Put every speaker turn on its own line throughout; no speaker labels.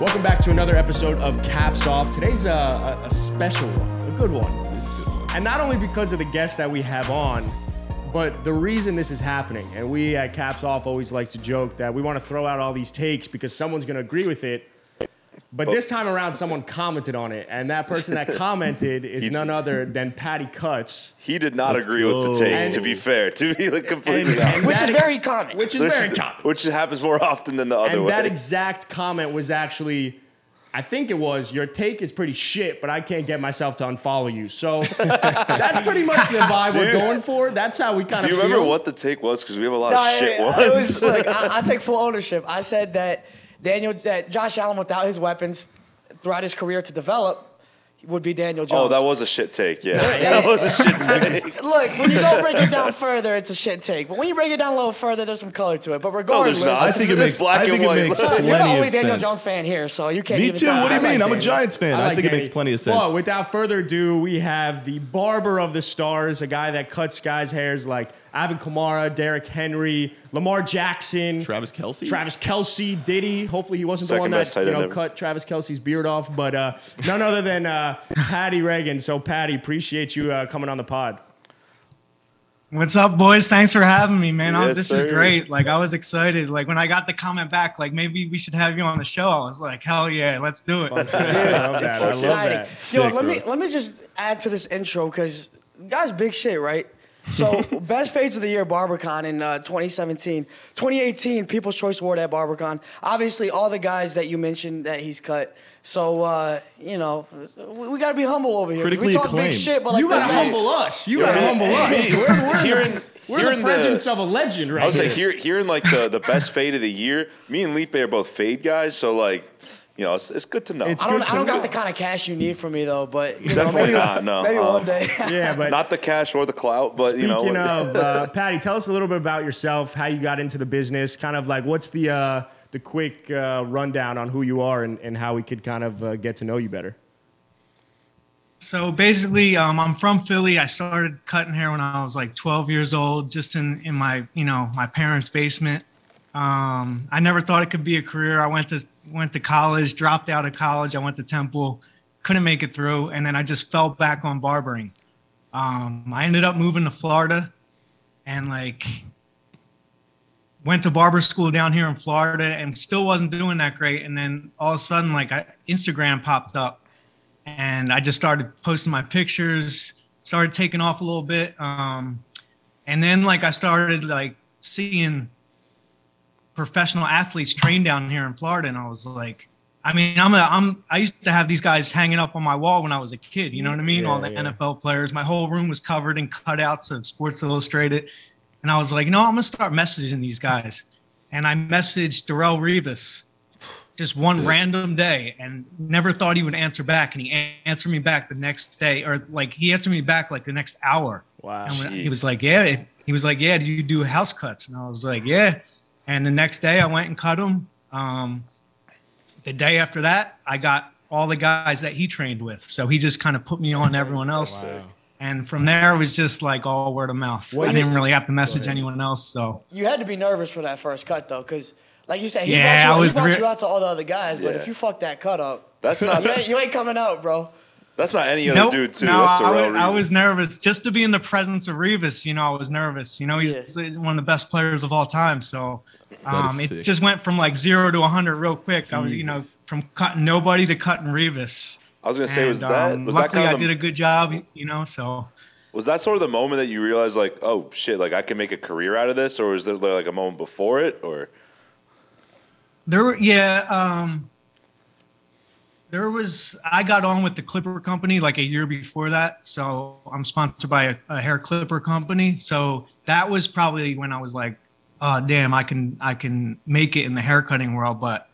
Welcome back to another episode of Caps Off. Today's a, a, a special one, a good one.
This is a good one.
And not only because of the guests that we have on, but the reason this is happening, and we at Caps Off always like to joke that we want to throw out all these takes because someone's going to agree with it. But
Oh.
this time around, someone commented on it, and that person that commented is
He's-
none other than Patty Cuts,
He did not agree with the
go.
take,
And-
to be fair, to be like completely
And-
honest.
and-
Which
That-
common.
which is
this-
very common.
Which happens more often than the other
And
way.
that exact comment was actually, I think it was, your take is pretty shit, but I can't get myself to unfollow you. So that's pretty much the vibe we're
Dude.
going for. That's how we kind
Do
of
you
feel.
remember what the take was? Because we have a lot
No,
of Oh, shit
it,
ones.
it was like I, I take full ownership. I said that Daniel, that Josh Allen without his weapons throughout his career to develop would be Daniel Jones.
oh, that was a shit take. Yeah,
Yeah,
that
yeah.
was a shit take.
Look, when you don't break it down further, it's a shit take. But when you break it down a little further, there's some color to it. But
No,
regardless,
there's not.
I think it
It's
makes-
black
I think
and
it
white.
makes
Look, you're the
plenty of
only Daniel
sense.
Jones fan here, so you can't.
Me
even
too.
tell.
What do
I
you
like
mean? I'm a
Daniel.
Giants fan. I,
like
think it
Danny.
makes plenty of sense.
Well, without further ado, we have the barber of the stars, a guy that cuts guys' hairs like Avin Kamara, Derrick Henry, Lamar Jackson,
Travis Kelsey.
Travis Kelsey, Diddy. Hopefully, he wasn't the
Second
one
best
that
tight
you
end
know
ever.
cut Travis Kelsey's beard off, but uh, none other than uh, Patty Reagan. So, Patty, appreciate you uh, coming on the pod.
What's up, boys? Thanks for having me, man. I'm-
Yes,
this
sir.
is great. Like, I was excited. Like, when I got the comment back, like, maybe we should have you on the show. I was like, hell yeah, let's do it.
I love that. I love
exciting.
that.
Yo,
Sick,
let me
bro.
let me just add to this intro because guys, big shit, right? So best fades of the year, BarberCon in uh, 2017, 2018, People's Choice Award at BarberCon. Obviously, all the guys that you mentioned that he's cut. So uh, you know, we, we gotta be humble over here. 'cause
Critically
we talk
acclaimed.
big shit, but like
you gotta
that's-
humble us. You gotta
me-
humble us.
me-
We're, we're in
hearing-
the, we're in
hearing
the
the-
presence of a legend right
I was
here.
like, here, hearing like the, the best fade of the year. Me and Lipe are both fade guys, so like, you know, it's, it's good to know.
It's
I
good
don't,
to
I don't
know.
got the kind of cash you need from me though, but you know,
Definitely
maybe,
not, no.
maybe
Um,
one day.
yeah, but
Not the cash or the clout, but you
Speaking
know,
of uh, Patty, tell us a little bit about yourself, how you got into the business, kind of like what's the uh, the quick uh, rundown on who you are and, and how we could kind of uh, get to know you better.
So basically, um, I'm from Philly. I started cutting hair when I was like 12 years old, just in, in my you know my parents' basement. Um, I never thought it could be a career. I went to went to college, dropped out of college. I went to Temple, couldn't make it through, and then I just fell back on barbering. Um, I ended up moving to Florida, and like went to barber school down here in Florida, and still wasn't doing that great. And then all of a sudden, like I, Instagram popped up and I just started posting my pictures, started taking off a little bit. Um, and then like I started like seeing professional athletes train down here in Florida, and I was like, I mean, I'm a, I'm I used to have these guys hanging up on my wall when I was a kid. You know what I mean?
Yeah,
All the
yeah.
NFL players. My whole room was covered in cutouts of Sports Illustrated, and I was like, no, I'm gonna start messaging these guys. And I messaged Darrell Rivas just one random day and never thought he would answer back and he an- answered me back the next day or like he answered me back like the next hour
Wow.
and when-
Jeez.
he was like yeah it- he was like yeah do you do house cuts and i was like yeah and the next day i went and cut him um, the day after that i got all the guys that he trained with so he just kind of put me on everyone else and from there it was just like all word of mouth
Was
i didn't really have to message anyone else so
You had to be nervous for that first cut though, because like you said, he
Yeah,
yeah,
I
you,
was
he brought
re-
you out to all the other guys, but
Yeah.
if you fuck that cut up,
that's not
you ain't, you ain't coming out, bro.
that's not any other
Nope.
dude too.
No,
that's
I,
Darrell
was, I
Reeves.
was nervous just to be in the presence of Revis. You know, I was nervous. You know, he's one of the best players of all time. So
That is
um,
sick.
it just went from like zero to 100 real quick. I was, you know, from cutting nobody to cutting Revis.
I was gonna say, was
And,
that
um,
was that
luckily,
kind
I
of the-
did a good job. You know, so
Was that sort of the moment that you realized, like, oh shit, like I can make a career out of this, or was there like a moment before it, or
There were, yeah. Um, there was, I got on with the clipper company like a year before that. So I'm sponsored by a, a hair clipper company. So that was probably when I was like, oh, damn, I can, I can make it in the haircutting world. But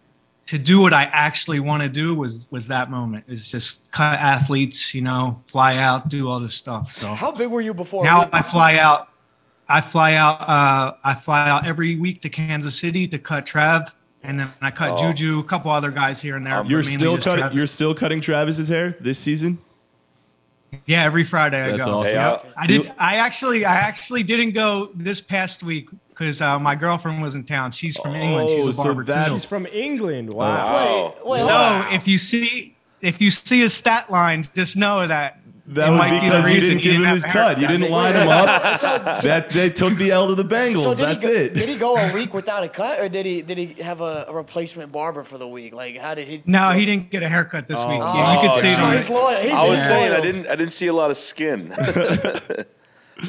to do what I actually want to do was, was that moment is just cut athletes, you know, fly out, do all this stuff. So
How big were you before?
now
Revis?
I fly out. I fly out. Uh, I fly out every week to Kansas City to cut Trav, and then I cut
Oh.
Juju, a couple other guys here and there. but
Um, you're
mainly
still
just
cutting.
Trav.
You're still cutting Travis's hair this season.
yeah, every Friday I
That's
go.
awesome.
Hey, I-
I did. I actually, I actually didn't go this past week because uh, my girlfriend was in town. She's from England. She's
Oh,
a
so
barber too.
that's-
He's from England. Wow.
Wow.
Wait, Oh. hold on.
So if you see if you see a stat line, just know that
That
it
was
might be the
because you
reason
didn't give him
have
his
a
cut. You
haircut.
didn't line him up. That they took the L to the Bengals.
So did
That's
he go,
it.
Did he go a week without a cut, or did he did he have a, a replacement barber for the week? Like how did he?
No, he didn't get a haircut this week.
Oh,
Yeah, you could see it
geez.
on
he's
it.
loyal. He's
I was saying I
loyal.
didn't I didn't see a lot of skin. I,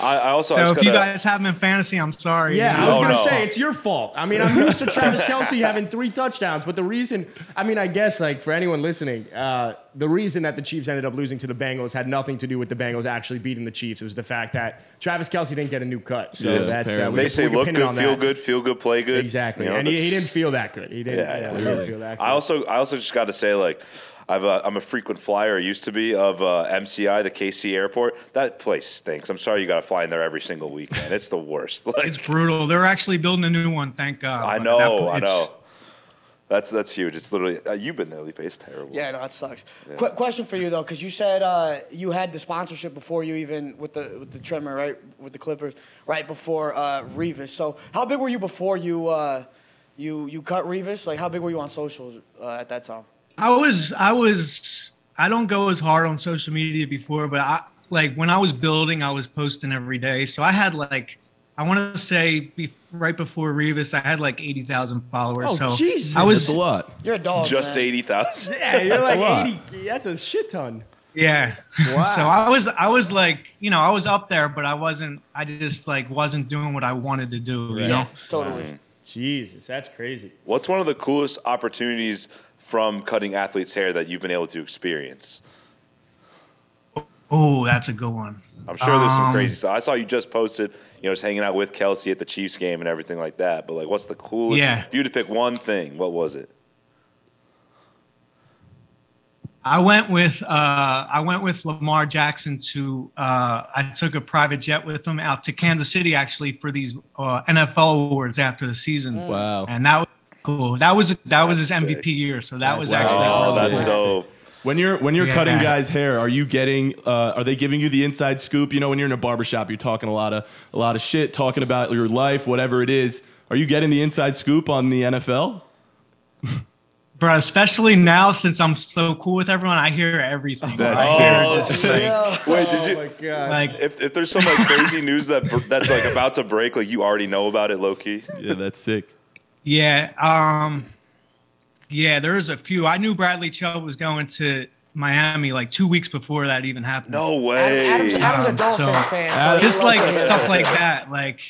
I also I
So
just
if you
gotta-
guys have him in fantasy, I'm sorry.
Yeah, I was
Oh,
gonna
no.
say it's your fault. I mean, I'm used to Travis Kelsey having three touchdowns, but the reason, I mean, I guess like for anyone listening, uh, the reason that the Chiefs ended up losing to the Bengals had nothing to do with the Bengals actually beating the Chiefs. It was the fact that Travis Kelsey didn't get a new cut. So
Yeah,
that's uh,
apparently.
we
they
could-
say
we could
look
pin
good,
it on
feel
that.
good, feel good, play good.
Exactly,
You know,
and he, he
that's-
didn't feel that good. He didn't.
Yeah,
Yeah,
yeah,
he
clearly.
didn't feel that good.
I also I also just got to say like I've uh, I'm a frequent flyer. I used to be of uh, MCI, the KC airport. That place stinks. I'm sorry you got to fly in there every single week, man. It's the worst. Like,
It's brutal. They're actually building a new one. Thank God.
I
But
know,
that pl-
I
it's-
know. That's that's huge. It's literally uh, you've been there, Lipe. It's terrible.
Yeah, no, it sucks. Quick question for you though, because you said uh, you had the sponsorship before you even with the with the trimmer, right? With the Clippers, right before uh, Revis. So how big were you before you uh, you you cut Revis? Like how big were you on socials uh, at that time?
I was I was I don't go as hard on social media before, but I like when I was building, I was posting every day. So I had like I want to say be, right before Revis, I had like eighty thousand followers.
Oh,
so
Jesus.
I was
That's a lot.
You're a dog.
Just
Oh, man.
eighty thousand.
yeah, you're
a lot.
like 80. That's a shit ton.
yeah.
Wow.
so I was I was like you know I was up there, but I wasn't I just like wasn't doing what I wanted to do. You know.
Totally.
Jesus, that's crazy.
What's one of the coolest opportunities from cutting athletes' hair that you've been able to experience?
Oh, that's a good one.
I'm sure there's some
Um,
crazy stuff. I saw you just posted, you know, just hanging out with Kelsey at the Chiefs game and everything like that. But like, what's the coolest?
Yeah.
If you had to pick one thing, what was it?
I went with uh, I went with Lamar Jackson to uh, I took a private jet with him out to Kansas City actually for these uh, NFL awards after the season.
Mm. Wow.
And that was cool. That was that was his
That's
MVP
sick.
year, so that was
Wow.
actually
Oh,
That's
that's
sick.
dope.
When you're when you're
Yeah.
cutting guys' hair, are you getting? Uh, are they giving you the inside scoop? You know, when you're in a barbershop, you're talking a lot of a lot of shit, talking about your life, whatever it is. Are you getting the inside scoop on the NFL?
bro. Especially now since I'm so cool with everyone, I hear everything.
That's
I
sick.
hear just like,
Wait, did
Oh
you?
my god.
like
If, if there's some like crazy news that br- that's like about to break, like you already know about it, low key.
Yeah, that's sick.
Yeah. Um, yeah, there is a few. I knew Bradley Chubb was going to Miami like two weeks before that even happened.
No
Adam-
way.
Adam's, Adam's a
Um,
Dolphins
so-
fan.
Adam-
so
just
he
like
loves it.
stuff like that like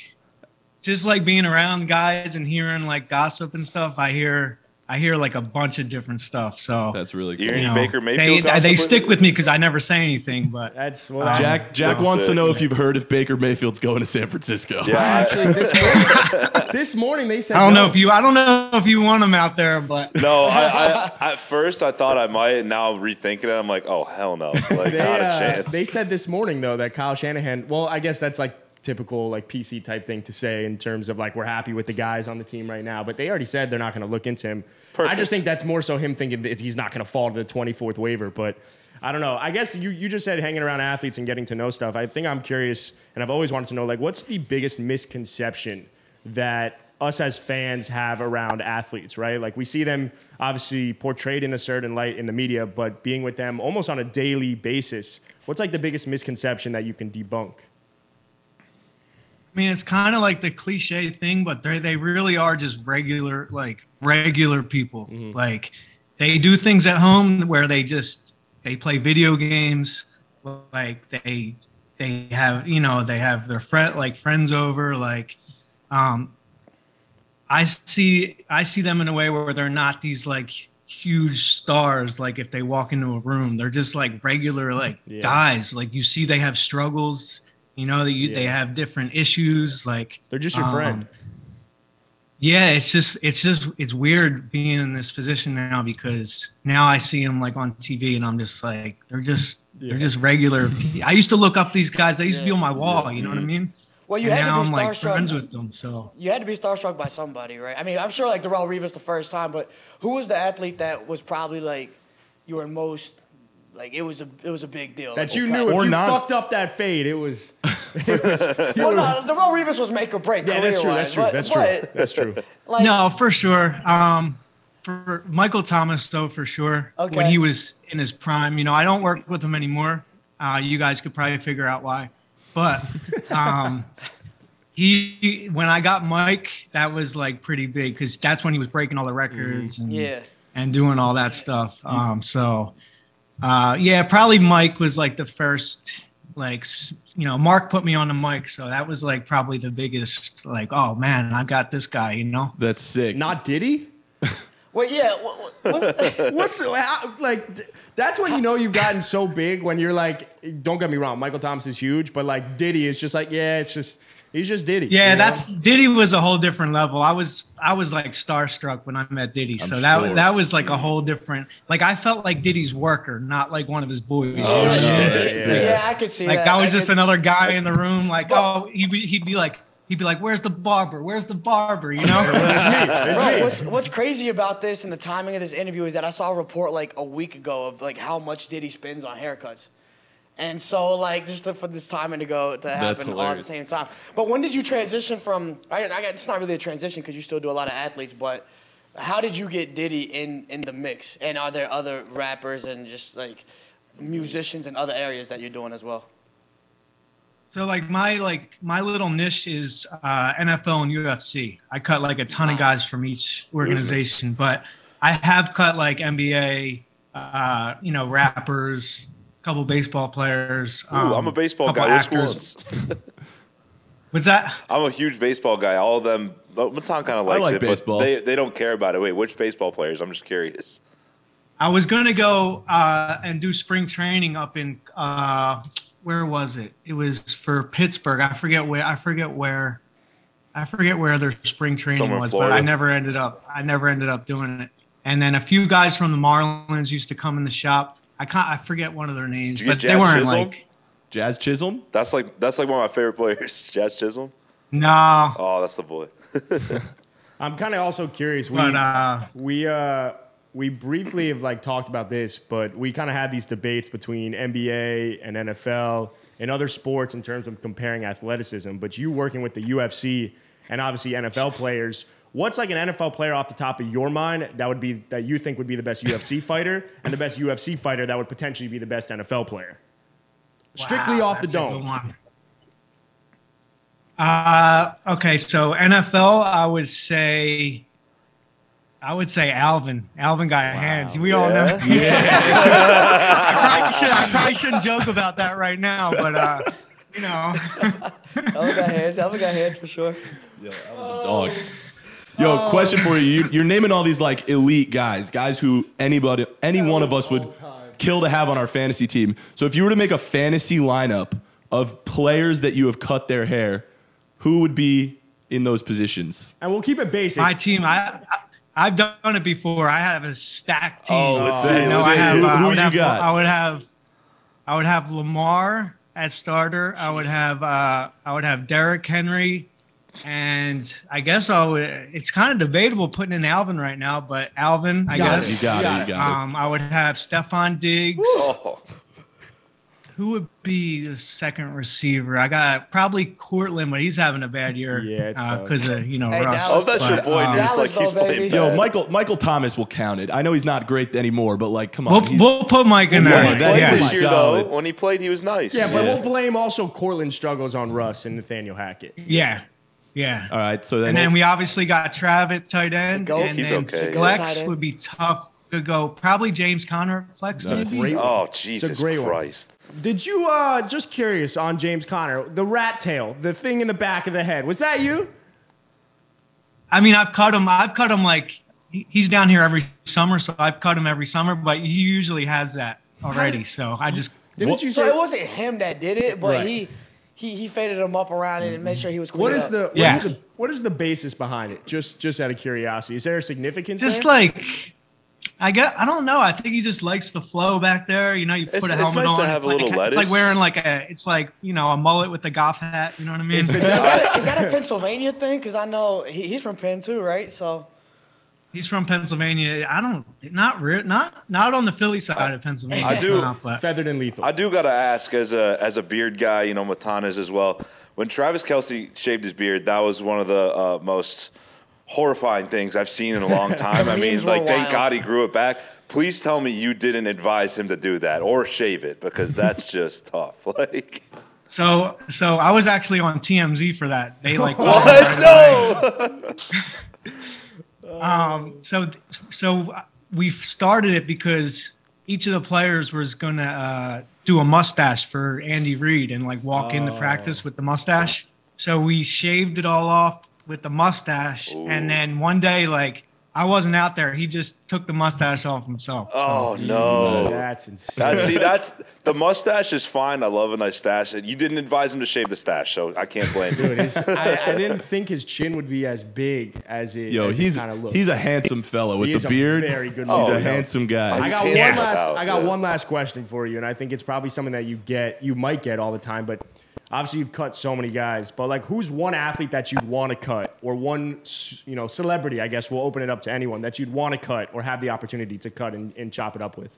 just like being around guys and hearing like gossip and stuff i hear i hear like a bunch of different stuff so
That's really
You're
cool.
in-
you know,
Baker
they,
Mayfield
they
gossip?
stick with me because i never say anything but
That's well. I-
Jack Jack
That's
wants to
sick.
know if you've heard if Baker Mayfield's going to San Francisco.
I
Yeah. I-
actually, this morning, this morning they said.
i don't
no.
know if you i don't know if you want them out there but
No, I, I at first I thought I might, and now I'm rethinking it. I'm like, oh hell no, like
They,
not a
uh,
chance.
they said this morning though that Kyle Shanahan. Well, I guess that's like typical like PC type thing to say in terms of like we're happy with the guys on the team right now, but they already said they're not going to look into him. I
Perfect.
just think that's more so him thinking that he's not going to fall to the twenty fourth waiver, but. I don't know. I guess you, you just said hanging around athletes and getting to know stuff. I think I'm curious, and I've always wanted to know like what's the biggest misconception that us as fans have around athletes, right? Like we see them obviously portrayed in a certain light in the media, but being with them almost on a daily basis, what's like the biggest misconception that you can debunk?
I mean, it's kind of like the cliche thing, but they they really are just regular like regular people.
Mm-hmm.
Like they do things at home where they just they play video games. Like they they have you know they have their friend like friends over. Like um, I see I see them in a way where they're not these like huge stars like if they walk into a room they're just like regular like
Mm-hmm. Yeah.
guys like you see they have struggles you know that you, they
Yeah.
have different issues like
They're just your friend.
um, yeah it's just it's just it's weird being in this position now because now i see them like on tv and i'm just like they're just
Yeah.
they're just regular pe- i used to look up these guys they used to be on my wall you know what i mean
Well, you
And
had
now
to be
i'm like
starstruck.
friends with them so
you had to be starstruck by somebody, right? I mean, I'm sure like Darrell Reeves the first time, but who was the athlete that was probably like you were most like it was a it was a big deal
That
like,
you
okay.
knew if
Or
you
not.
fucked up that fade, it was
Well, no, Darrell Revis was make or break.
Yeah, that's true. That's
career-wise,
true. That's true.
but- but,
That's true.
Like,
no, for sure. Um, for Michael Thomas, though, for sure. When
Okay.
he was in his prime, you know, I don't work with him anymore. Uh, you guys could probably figure out why, but um, he when I got Mike, that was like pretty big because that's when he was breaking all the records and
Mm-hmm. Yeah. Mm-hmm.
and doing all that stuff. Um, so uh, yeah, probably Mike was like the first like s- you know Mark put me on the mic, so that was like probably the biggest like oh man, I got this guy, you know.
That's sick.
Not Diddy?
Well, yeah. wha- wha- what's-
What's the, how, like? th- That's when you know you've gotten so big when you're like. Don't get me wrong, Michael Thomas is huge, but like Diddy is just like yeah, it's just he's just Diddy.
Yeah,
you know?
that's Diddy was a whole different level. I was I was like starstruck when I met Diddy. So that
sure.
that was like a whole different like I felt like Diddy's worker, not like one of his boys. you know
Oh,
what I mean?
shit.
yeah,
Yeah.
I could see
Like
that.
I was just
could-
another guy in the room. Like
Well-
oh, he'd be, he'd be like he'd be like, "Where's the barber? Where's the barber?" You know.
It's
Bro,
me.
what's, what's crazy about this and the timing of this interview is that I saw a report like a week ago of like how much Diddy spends on haircuts. And so like just to, for this timing to go to happen all at the
hilarious.
same time. But when did you transition from I, I got it's not really a transition because you still do a lot of athletes, but how did you get Diddy in in the mix? And are there other rappers and just like musicians in other areas that you're doing as well?
so like my like my little niche is uh, NFL and UFC. I cut like a ton of guys from each organization, but I have cut like NBA, uh, you know, rappers, a couple baseball players. um,
Ooh, I'm a baseball
couple
guy. Which
actors.
ones?
What's that?
I'm a huge baseball guy. All of them. But Matan kind of likes
like
it,
baseball.
but they, they don't care about it. Wait, which baseball players? I'm just curious.
I was gonna go uh, and do spring training up in uh, where was it? It was for Pittsburgh. I forget where. I forget where. I forget where their spring training
Somewhere in
was, but
Florida.
I never ended up. I never ended up doing it. And then a few guys from the Marlins used to come in the shop. I can't. I forget one of their names,
Did you
but
get
they
Jazz
weren't
Chisholm?
like.
Jazz Chisholm.
That's like that's like one of my favorite players, Jazz Chisholm.
No,
Oh, that's the boy.
I'm kind of also curious. We
but uh,
we uh we briefly have like talked about this, but we kind of had these debates between NBA and NFL and other sports in terms of comparing athleticism. But you working with the UFC and obviously NFL players. What's like an NFL player off the top of your mind that would be that you think would be the best UFC fighter and the best UFC fighter that would potentially be the best NFL player? Strictly
Wow,
off the
that's a good
dome.
one. Uh, okay, so NFL, I would say, I would say Alvin. Alvin got hands. We all know. I, probably should, I probably shouldn't joke about that right now, but uh, you know,
Elvin got hands. Elvin got hands for sure.
dog. Yo, question for you. you. You're naming all these like elite guys, guys who anybody, any one of us would kill to have on our fantasy team. So if you were to make a fantasy lineup of players that you have cut their hair, who would be in those positions?
And we'll keep it basic.
my team. I, I I've done it before. I have a stacked team.
Oh, let's
You
see,
know,
let's
I
see.
have,
Who-
uh, I
who
would
you
have-
got?
I would have, I would have Lamar as starter. I would have, uh, I would have Derrick Henry, and I guess I would. It's kind of debatable putting in Alvin right now, but Alvin, I
Got
guess.
You got it. You got
Um, I would have Stefan Diggs.
Oh,
Who would be the second receiver? I got probably Courtland, but he's having a bad year.
Yeah, it's tough.
because of you know
Hey,
Russ.
Dallas-
oh that's your
But,
boy.
um,
Nick's like
Dallas,
he's
though,
playing
baby.
it. Yo,
Uh,
bad.
Michael Michael Thomas will count it. I know he's not great anymore, but like, come on.
We'll,
he's-
we'll put Mike
When
in there.
he
Yeah,
played
yeah.
this year,
Solid.
though, when he played, he was nice.
yeah, but
Yeah.
we'll blame also Cortland struggles on Russ and Nathaniel Hackett.
Yeah. Yeah.
all right, so then,
And then we obviously got Travitt tight end.
Go-
and
He's
then
okay.
Tight
Flex
end.
would be tough to go. Probably James Conner at flex
Nice.
maybe.
Great
Oh Jesus
great one.
Christ!
Did you uh just curious on James Conner, the rat tail, the thing in the back of the head. Was that you?
I mean, I've cut him. I've cut him like he- he's down here every summer, so I've cut him every summer. But he usually has that already. So I just
Didn't
What-
you
So
say
it wasn't him that did it, but
Right.
he he he faded him up around it and made sure he was.
what
cleared
is
up.
the what is
Yeah.
the what is the basis behind it? Just just out of curiosity. Is there a significance?
just
there?
like. I get. I don't know. I think he just likes the flow back there. You know, you put
It's-
a
it's
helmet
nice
on.
to have
it's,
a
like,
little
it's like
lettuce.
wearing like a. It's like you know a mullet with a golf hat. You know what I mean?
Is that, a, is that a Pennsylvania thing? Because I know he, he's from Penn too, right? So
He's from Pennsylvania. I don't not re- not not on the Philly side of Pennsylvania.
I
it's
do.
not, but
Feathered and lethal.
I do gotta ask as a as a beard guy, you know, Matanas as well. When Travis Kelsey shaved his beard, that was one of the uh, most horrifying things I've seen in a long time. I mean,
memes were
like, thank
wild.
God he grew it back. Please tell me you didn't advise him to do that or shave it because that's just tough. Like,
so so I was actually on TMZ for that. They like
what? No.
Um, so so we started it because each of the players was gonna uh, do a mustache for Andy Reid and like walk
Oh.
into practice with the mustache. So we shaved it all off with the mustache, and then one day like I wasn't out there, he just took the mustache off himself. So-
Oh no.
That's insane.
That, see, that's the mustache is fine. I love a nice stash. You didn't advise him to shave the stash, so I can't blame you.
Dude, his- I, I didn't think his chin would be as big as it,
Yo,
as
he's
kind of looks.
he's a handsome fella with
He is
the
a
beard.
very good
he's
looking fella.
a handsome guy.
I got
His
one
hands
last.
without,
I got
yeah.
one last question for you, and I think it's probably something that you get, you might get all the time. But obviously, you've cut so many guys. But like, who's one athlete that you'd want to cut, or one, s- you know, celebrity? I guess we'll open it up to anyone that you'd want to cut or have the opportunity to cut and, and chop it up with.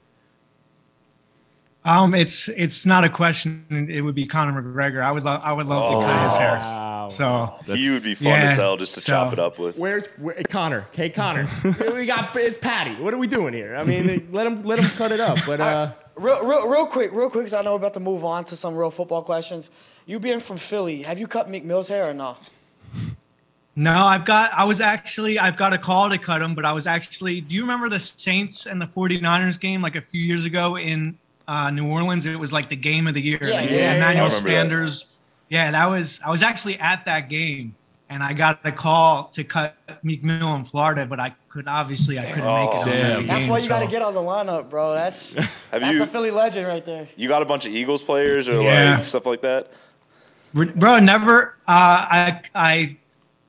Um, it's it's not a question. It would be Conor McGregor. I would love I would love to cut his
Oh.
hair.
Wow.
So
He would be fun
Yeah,
to sell just to
so-
chop it up with.
Where's where, Connor? Hey Connor, we got it's Patty. What are we doing here? I mean, let him let him cut it up. But uh,
Real, real, real quick, real quick, because I know we're about to move on to some real football questions. You being from Philly, have you cut Meek Mill's hair or no?
no, I've got I was actually I've got a call to cut him, but I was actually do you remember the Saints and the 49ers game like a few years ago in uh, New Orleans? It was like the game of the year.
Yeah,
like,
yeah, yeah,
Emmanuel
yeah. I remember that.
Sanders. Yeah, that was I was actually at that game and I got a call to cut Meek Mill in Florida, but I could obviously I couldn't make it.
damn.
on that
That's
game,
why you got to
so-
get on the lineup, bro. That's
Have
that's
you
a Philly legend right there.
you got a bunch of Eagles players or
Yeah.
like stuff like that?
bro never uh i i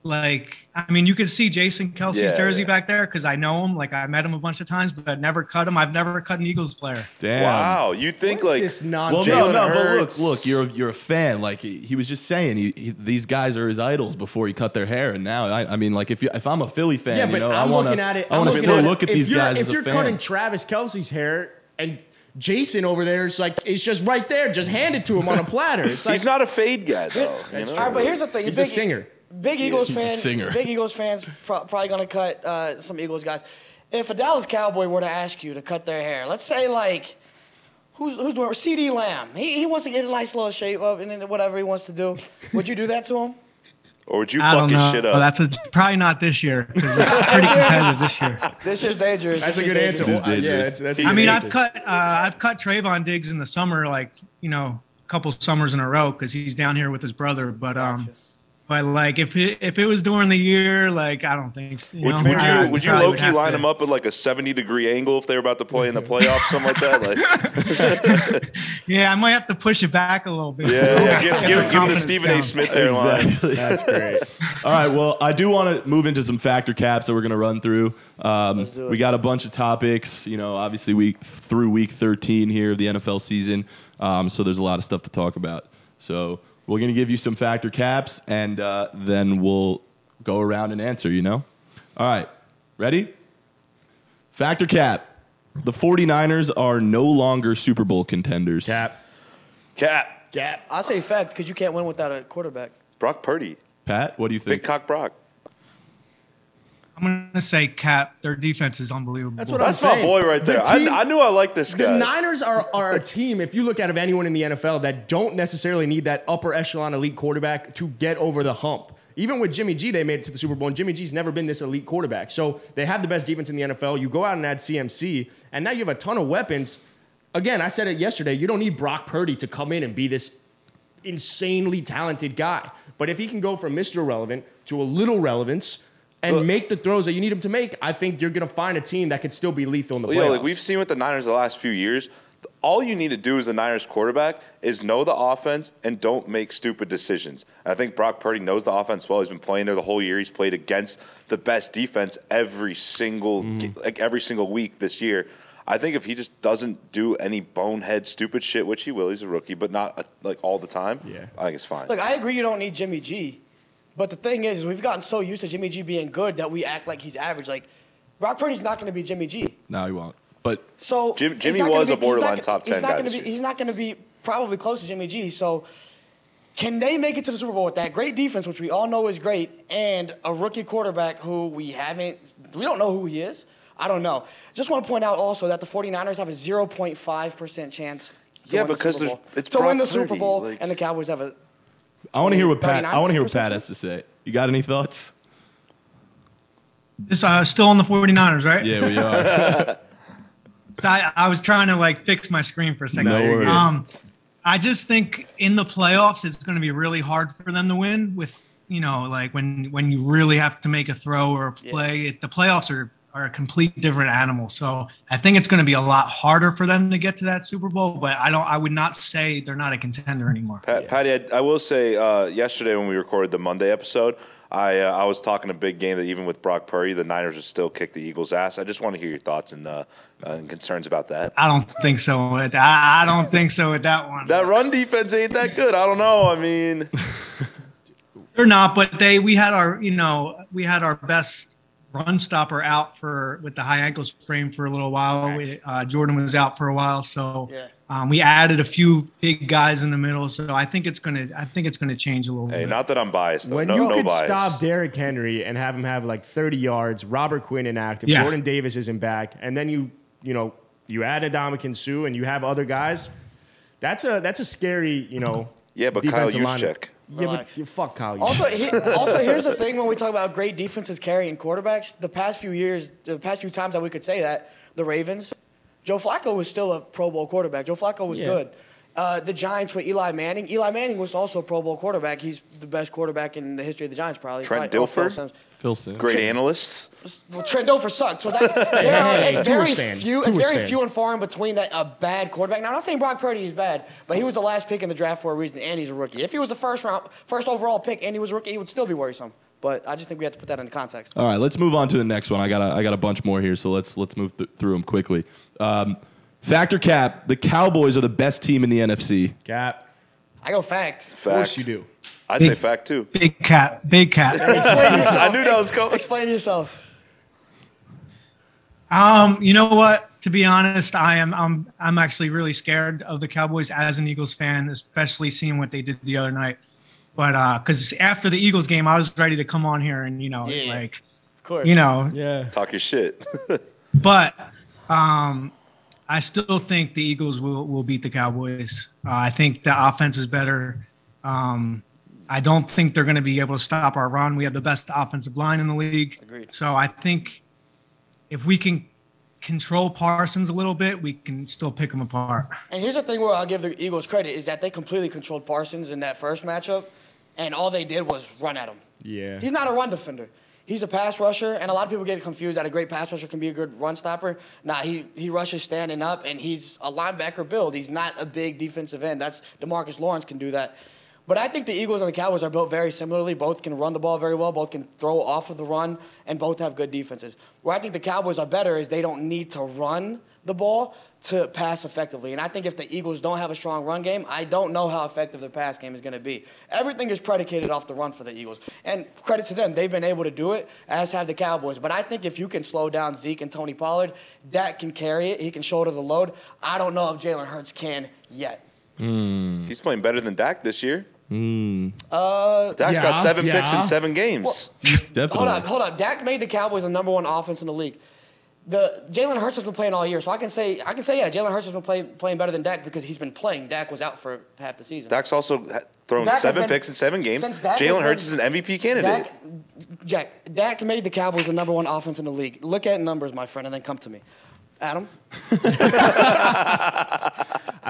like i mean you could see jason kelsey's
Yeah,
jersey
yeah.
back there because i know him like i met him a bunch of times but i never cut him i've never cut an eagles player
Damn.
Wow, you
what
think
is
like
this
Well,
nonsense.
no,
Jalen
no, but
Hurts.
look, look, you're a, you're a fan. Like he, he was just saying, he, he, these guys are his idols before he cut their hair, and now I, I mean, like if you, if I'm a Philly fan,
Yeah,
you
but
know,
I'm
I want
looking at it.
to, I
I'm
want to
looking
still
at it.
look at
If
these
you're-
guys
If
as
you're
a fan.
cutting Travis Kelsey's hair and Jason over there is like, it's just right there. Just hand it to him on a platter. It's like
he's not a fade guy though. You
All right,
know?
but here's the thing.
he's
big,
a singer.
Big Eagles
he's a
fan.
singer.
Big Eagles fans pro- probably gonna cut uh, some Eagles guys. If a Dallas Cowboy were to ask you to cut their hair, let's say like. Who's, who's doing CD Lamb? He, he wants to get a nice little shape up and then whatever he wants to do. Would you do that to him?
Or would you
i
fuck
don't
his
know
shit
Well,
up?
that's a, probably not this year because it's pretty competitive this year
This is dangerous.
That's a
This is
good
dangerous.
answer.
He's
Well, uh, yeah,
dangerous.
that's, that's
i mean
i
i've cut uh i've cut trayvon diggs in the summer like you know a couple summers in a row because he's down here with his brother but um but like if it, if it was during the year like i don't think so, you
Would
know,
you, would
I
you, would you
probably
low
would
key
have
line
to-
him up at like a 70 degree angle if they were about to play in the playoffs, something like that? Like,
Yeah, I might have to push it back a little bit.
yeah, yeah. Give, give, give him the
Confidence
Stephen A.
down.
Smith there line.
That's great.
All right. Well, I do want to move into some factor caps that we're going to run through. Um,
do it.
We got a bunch of topics. You know, obviously week through week 13 here of the NFL season. Um, so there's a lot of stuff to talk about. So we're going to give you some factor caps, and uh, then we'll go around and answer. You know. All right. Ready? Factor cap. The 49ers are no longer Super Bowl contenders.
Cap.
Cap,
Cap.
I say fact because you can't win without a quarterback.
Brock Purdy,
Pat, what do you
big
think?
cock Brock.
I'm gonna say Cap. Their defense is unbelievable.
That's what I'm
That's my
saying.
boy right
The
there.
team-
I, I knew I liked this
The
guy.
Niners are, are a team, if you look at of anyone in the NFL, that don't necessarily need that upper echelon elite quarterback to get over the hump. Even with Jimmy G, they made it to the Super Bowl, and Jimmy G's never been this elite quarterback. So they have the best defense in the NFL. You go out and add CMC, and now you have a ton of weapons. Again, I said it yesterday. You don't need Brock Purdy to come in and be this insanely talented guy. But if he can go from Mr. Relevant to a little relevance and make the throws that you need him to make, I think you're going to find a team that could still be lethal in the playoffs.
Well, yeah, like we've seen with the Niners the last few years. All you need to do as the Niners quarterback is know the offense and don't make stupid decisions. And I think Brock Purdy knows the offense well. He's been playing there the whole year. He's played against the best defense every single
Mm-hmm.
like every single week this year. I think if he just doesn't do any bonehead stupid shit, which he will, he's a rookie, but not uh, like all the time.
Yeah.
I think it's fine.
Look, I agree you don't need Jimmy G, but the thing is, is we've gotten so used to Jimmy G being good that we act like he's average. Like, Brock Purdy's not going to be Jimmy G.
No, he won't. But
So
Jim-
he's
Jimmy
not gonna
was a
be- he's not
borderline
gonna-
top 10
he's not
guy
gonna
this
be-
year.
He's not going to be probably close to Jimmy G. So can they make it to the Super Bowl with that great defense, which we all know is great, and a rookie quarterback who we haven't, we don't know who he is. I don't know. Just want to point out also that the 49ers have a 0.5% chance. To
Yeah,
win the
because
Super
there's-
Bowl.
it's
to win the
Brock
Super
Purdy,
Bowl,
like-
and the Cowboys have a.
I want to hear what Pat.
39%
I want to hear what Pat has to say. You got any thoughts?
This uh, still on the 49ers, right?
Yeah, we are.
So I, I was trying to like fix my screen for a second.
No worries.
Um, I just think in the playoffs, it's going to be really hard for them to win. With you know, like when when you really have to make a throw or a play, it, the playoffs are are a complete different animal. So I think it's going to be a lot harder for them to get to that Super Bowl. But I don't. I would not say they're not a contender anymore.
Pat, Patty, I, I will say uh, yesterday when we recorded the Monday episode, I uh, I was talking a big game that even with Brock Purdy, the Niners would still kick the Eagles' ass. I just want to hear your thoughts and, uh, uh, and concerns about that.
I don't think so. With, I, I don't think so with that one.
That run defense ain't that good. I don't know. I mean,
They're not, but they we had our you know we had our best run stopper out for with the high ankle sprain for a little while. We, uh, Jordan was out for a while, so
Yeah.
um, we added a few big guys in the middle. So I think it's gonna I think it's gonna change a little
hey,
bit.
not that I'm biased. Though.
When
no,
you
no
could
bias.
stop Derrick Henry and have him have like 30 yards, Robert Quinn inactive,
Yeah.
Jordan Davis isn't back, and then you you know you add Adamakin Sue and you have other guys. That's a that's a scary you know.
Yeah, but Kyle
defensive lineup.
Juszczyk.
Yeah,
Relax.
but you- fuck Kyle.
Also,
Juszczyk.
he, also, here's the thing: when we talk about great defenses carrying quarterbacks, the past few years, the past few times that we could say that, the Ravens, Joe Flacco was still a Pro Bowl quarterback. Joe Flacco was
Yeah.
good. Uh, the Giants with Eli Manning. Eli Manning was also a Pro Bowl quarterback. He's the best quarterback in the history of the Giants, probably.
Trent
Probably- oh, Phil
Dilford?
Simms.
Filson.
Great analysts.
Well, Trent Dilfer sucked. So that, there are,
Hey,
it's
two are
very
staying.
few.
Two
It's
are
very
staying.
few and far in between that a bad quarterback. Now, I'm not saying Brock Purdy is bad, but he was the last pick in the draft for a reason, and he's a rookie. If he was the first round, first overall pick, and he was a rookie, he would still be worrisome. But I just think we have to put that into context.
All right, let's move on to the next one. I got a, I got a bunch more here, so let's let's move th- through them quickly. Um, factor cap: the Cowboys are the best team in the NFC.
Cap.
I go fact.
Of course
Fact.
you do.
I say fact too.
big cat, big cat.
Explain yourself.
I knew that was coming.
Explain yourself.
um, you know what? To be honest, I am I'm I'm actually really scared of the Cowboys as an Eagles fan, especially seeing what they did the other night. But uh, because after the Eagles game, I was ready to come on here and you know
Yeah.
like
Of course.
you know
Yeah.
Talk your shit.
but um, I still think the Eagles will, will beat the Cowboys. Uh, I think the offense is better. Um, I don't think they're going to be able to stop our run. We have the best offensive line in the league.
Agreed.
So I think if we can control Parsons a little bit, we can still pick them apart.
And here's the thing where I'll give the Eagles credit is that they completely controlled Parsons in that first matchup, and all they did was run at him.
Yeah.
He's not a run defender. He's a pass rusher, and a lot of people get confused that a great pass rusher can be a good run stopper. Nah, he, he rushes standing up, and he's a linebacker build. He's not a big defensive end. That's Demarcus Lawrence can do that. But I think the Eagles and the Cowboys are built very similarly. Both can run the ball very well, both can throw off of the run, and both have good defenses. Where I think the Cowboys are better is they don't need to run the ball to pass effectively. And I think if the Eagles don't have a strong run game, I don't know how effective their pass game is going to be. Everything is predicated off the run for the Eagles. And credit to them, they've been able to do it, as have the Cowboys. But I think if you can slow down Zeke and Tony Pollard, that can carry it. He can shoulder the load. I don't know if Jalen Hurts can yet.
He's playing better than Dak this year.
Uh,
Hmm.
Dak's got
Yeah,
seven
yeah.
picks in seven games.
Definitely.
hold up, hold up. Dak made the Cowboys the number one offense in the league. The Jalen Hurts has been playing all year, so I can say I can say yeah, Jalen Hurts has been play, playing better than Dak because he's been playing. Dak was out for half the season.
Dak's also ha- thrown
Dak has
seven
been-
picks in seven games.
since Dak has
Jalen Hurts is
been-
an MVP candidate.
Dak, Jack, Dak made the Cowboys the number one offense in the league. Look at numbers, my friend, and then come to me. Adam,
I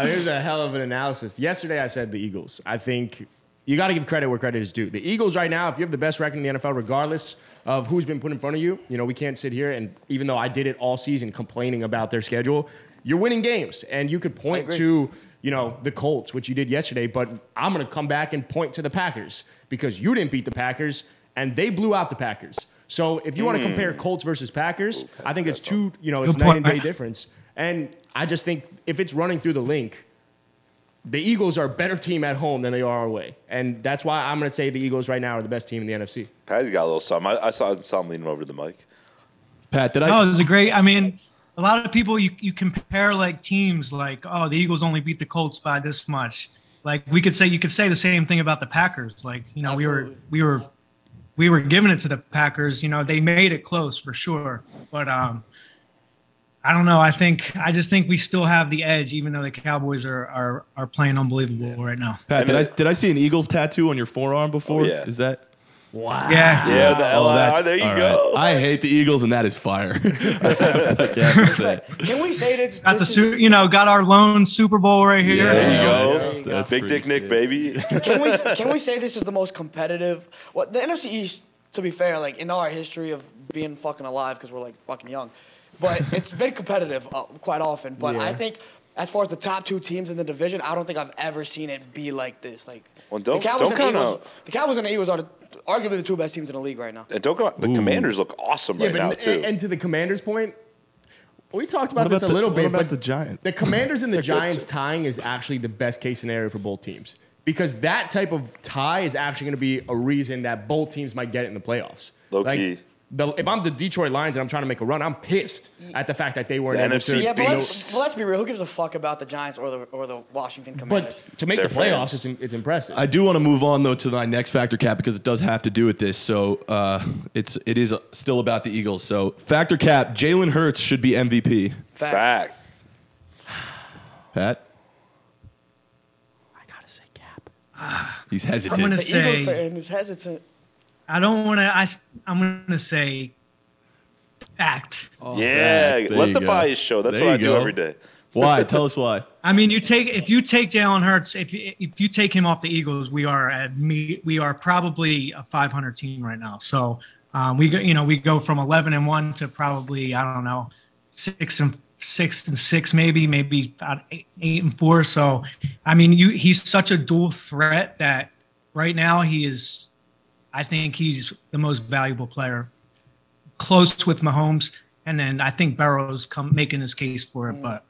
mean, it was a hell of an analysis. Yesterday, I said the Eagles. I think you got to give credit where credit is due. The Eagles, right now, if you have the best record in the NFL, regardless of who's been put in front of you, you know, we can't sit here and even though I did it all season complaining about their schedule, you're winning games and you could point
agree.
to, you know, the Colts, which you did yesterday, but I'm going to come back and point to the Packers because you didn't beat the Packers and they blew out the Packers. So if you want to compare Colts versus Packers, I think it's two, you know, it's
Good
night and day
point.
difference. And I just think if it's running through the link, the Eagles are a better team at home than they are away. And that's why I'm going to say the Eagles right now are the best team in the NFC.
Patty's got a little something. I, I saw, saw him leaning over to the mic.
Pat, did I?
No, Oh, it was a great. I mean, a lot of people you you compare like teams like oh the Eagles only beat the Colts by this much. Like we could say you could say the same thing about the Packers. Like you know we were we were we were giving it to the Packers. You know they made it close for sure, but um. I don't know. I think I just think we still have the edge, even though the Cowboys are are, are playing unbelievable right now.
Pat, did I did I see an Eagles tattoo on your forearm before?
Oh, yeah.
Is that?
Wow.
Yeah,
Yeah, the
Oh,
LIR.
that's
There you
all
go.
right. I hate the Eagles, and that is fire. I can't say.
Can we say this?
got the
this
su-
is-
you know got our lone Super Bowl right here.
There you
Yeah,
go.
that's- that's
Big Dick
pretty
Nick,
sick.
baby.
can we can we say this is the most competitive? Well, the NFC East, to be fair, like in our history of being fucking alive, because we're like fucking young, but it's been competitive uh, quite often. But I
Yeah.
think as far as the top two teams in the division, I don't think I've ever seen it be like this. Like
Well, don't-
the Cowboys
don't
and
count
Eagles,
out-
the Cowboys and the Eagles are the, arguably the two best teams in the league right now.
And don't go. The
Ooh.
Commanders look awesome
Yeah,
right
but
now
and-
too.
and to the commander's point, we talked
What
about this
about
a
the-
little
what
bit.
about
but
the Giants?
The commanders and the
good,
Giants tying is actually the best case scenario for both teams because that type of tie is actually going to be a reason that both teams might get it in the playoffs.
Low key.
The, if I'm the Detroit Lions and I'm trying to make a run, I'm pissed at the fact that they weren't
The
able
NFC
to.
Yeah, but
Beast.
let's, but let's be real. Who gives a fuck about the Giants or the or the Washington Commanders?
But to make
They're
the playoffs, it's,
fans.
it's impressive.
I do want to move on though to my next factor cap because it does have to do with this. So uh, it's it is still about the Eagles. So factor cap, Jalen Hurts should be MVP.
Fact.
Fact.
Pat,
I gotta say, Cap.
Ah, he's
I'm
hesitant.
gonna
The Eagles
say
fan is hesitant.
I don't want to. I s- I'm gonna say act.
yeah.
Oh, Fact. There
Let
you
the
go.
bias show. That's
There
what I
you
do
go.
every day.
Why? Tell us why.
I mean, you take if you take Jalen Hurts, if you, if you take him off the Eagles, we are at me. We are probably a 500 team right now. So um, we go, you know, we go from 11 and one to probably I don't know six and six and six, maybe maybe about eight, eight and four. So I mean, you he's such a dual threat that right now he is. I think he's the most valuable player, close with Mahomes, and then I think Burrow's come making his case for it, but.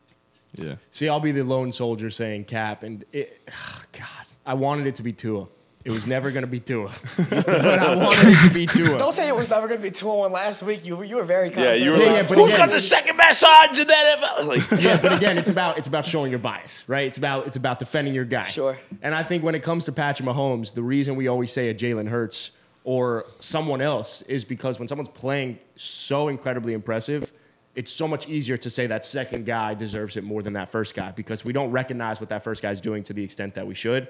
Yeah.
See, I'll be the lone soldier saying Cap, and it, ugh, God, I wanted it to be Tua. It was never gonna be Tua, but I wanted it to be Tua.
Don't say it was never going to be 2 1 last week. You, you were very
Yeah,
confident.
you were
Yeah,
like,
yeah, but
who's
again-
got the second best odds in that NFL? Like,
yeah, but again, it's about it's about showing your bias, right? It's about it's about defending your guy.
Sure.
And I think when it comes to Patrick Mahomes, the reason we always say a Jalen Hurts or someone else is because when someone's playing so incredibly impressive, it's so much easier to say that second guy deserves it more than that first guy because we don't recognize what that first guy's doing to the extent that we should.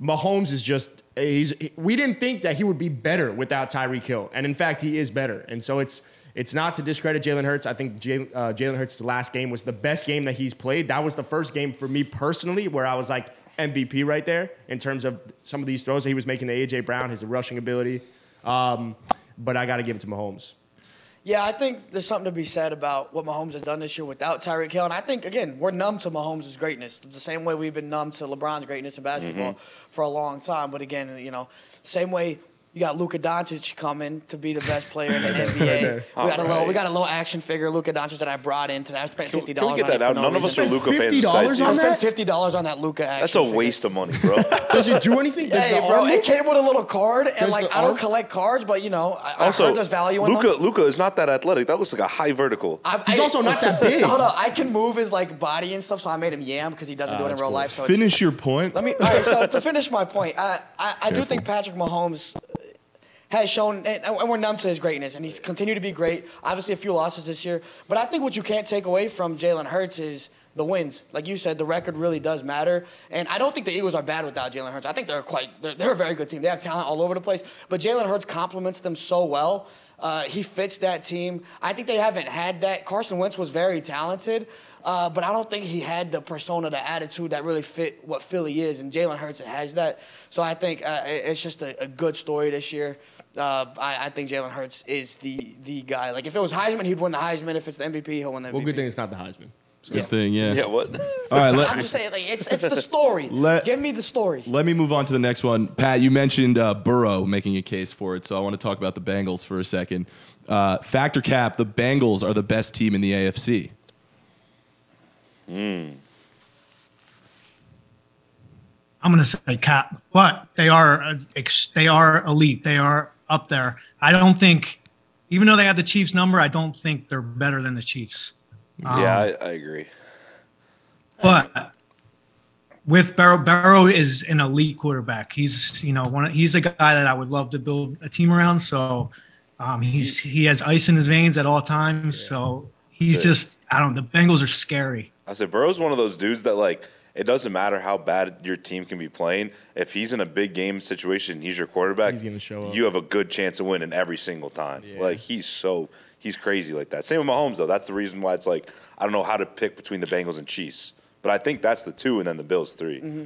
Mahomes is just he's he- we didn't think that he would be better without Tyreek Hill, and in fact he is better. And so it's it's not to discredit Jalen Hurts. I think Jalen, uh, Jalen Hurts' last game was the best game that he's played. That was the first game for me personally where I was like MVP right there in terms of some of these throws that he was making to AJ Brown, his rushing ability. Um, but I got to give it to Mahomes.
Yeah, I think there's something to be said about what Mahomes has done this year without Tyreek Hill. And I think, again, we're numb to Mahomes' greatness, the same way we've been numb to LeBron's greatness in basketball
Mm-hmm.
for a long time. But again, you know, same way you got Luka Doncic coming to be the best player in the NBA.
there.
we, got a little, we
Alright.
got a little action figure, Luka Doncic, that I brought in today. I spent
can,
$50
we- can we get
on
that
it for
out?
no
None of us
reason.
are Luca fans
$50
besides
on
you.
that?
I spent $50 on that Luka action
That's a
figure.
waste of money, bro.
Does it do anything? Does
Hey,
the
bro,
arm
it
move?
came with a little card, and
Does
like
the
I don't
arm-
collect cards, but you know, I, also, I
also,
heard there's value in
Luca
them.
Luca is not that athletic. That looks like a high vertical.
I-
He's
I-
also not that big.
Hold on, I can move his like body and stuff, so I made him yam because he
Ah,
doesn't do it in real life. So it's,
Finish your point.
let me. All right, so to finish my point, I I, I do think Patrick Mahomes has shown, and, and we're numb to his greatness, and he's continued to be great. Obviously, a few losses this year, but I think what you can't take away from Jalen Hurts is the wins. Like you said, the record really does matter, and I don't think the Eagles are bad without Jalen Hurts. I think they're quite, they're, they're a very good team. They have talent all over the place, but Jalen Hurts complements them so well. Uh, he fits that team. I think they haven't had that. Carson Wentz was very talented, uh, but I don't think he had the persona, the attitude that really fit what Philly is, and Jalen Hurts has that. So I think uh, it- it's just a, a good story this year. Uh, I, I think Jalen Hurts is the the guy. Like if it was Heisman, he'd win the Heisman. If it's the MVP, he'll win the MVP.
Well, good thing it's not the Heisman.
Good thing. Yeah.
yeah, what?
All right.
I'm
Let,
just saying, like it's it's the story.
Let-
Give me the story.
let me move on to the next one. Pat, you mentioned uh, Burrow making a case for it, so I want to talk about the Bengals for a second. Uh, factor cap: the Bengals are the best team in the AFC.
I'm gonna say cap, but they are uh, ex- they are elite. They are up there. I don't think even though they have the Chiefs number, I don't think they're better than the Chiefs.
Uh-huh.
Um,
yeah, I, I agree.
But with Barrow, Barrow is an elite quarterback. He's you know one. He's a guy that I would love to build a team around. So um, he's he has ice in his veins at all times. So he's
That's it.
just I don't. The Bengals are scary.
I said Burrow's one of those dudes that like it doesn't matter how bad your team can be playing. If he's in a big game situation, he's your quarterback.
He's gonna show up.
You have a good chance of winning every single time. Like he's so he's crazy like that. Same with Mahomes though. That's the reason why it's like I don't know how to pick between the Bengals and Chiefs. But I think that's the two, and then the Bills 3
Mm-hmm.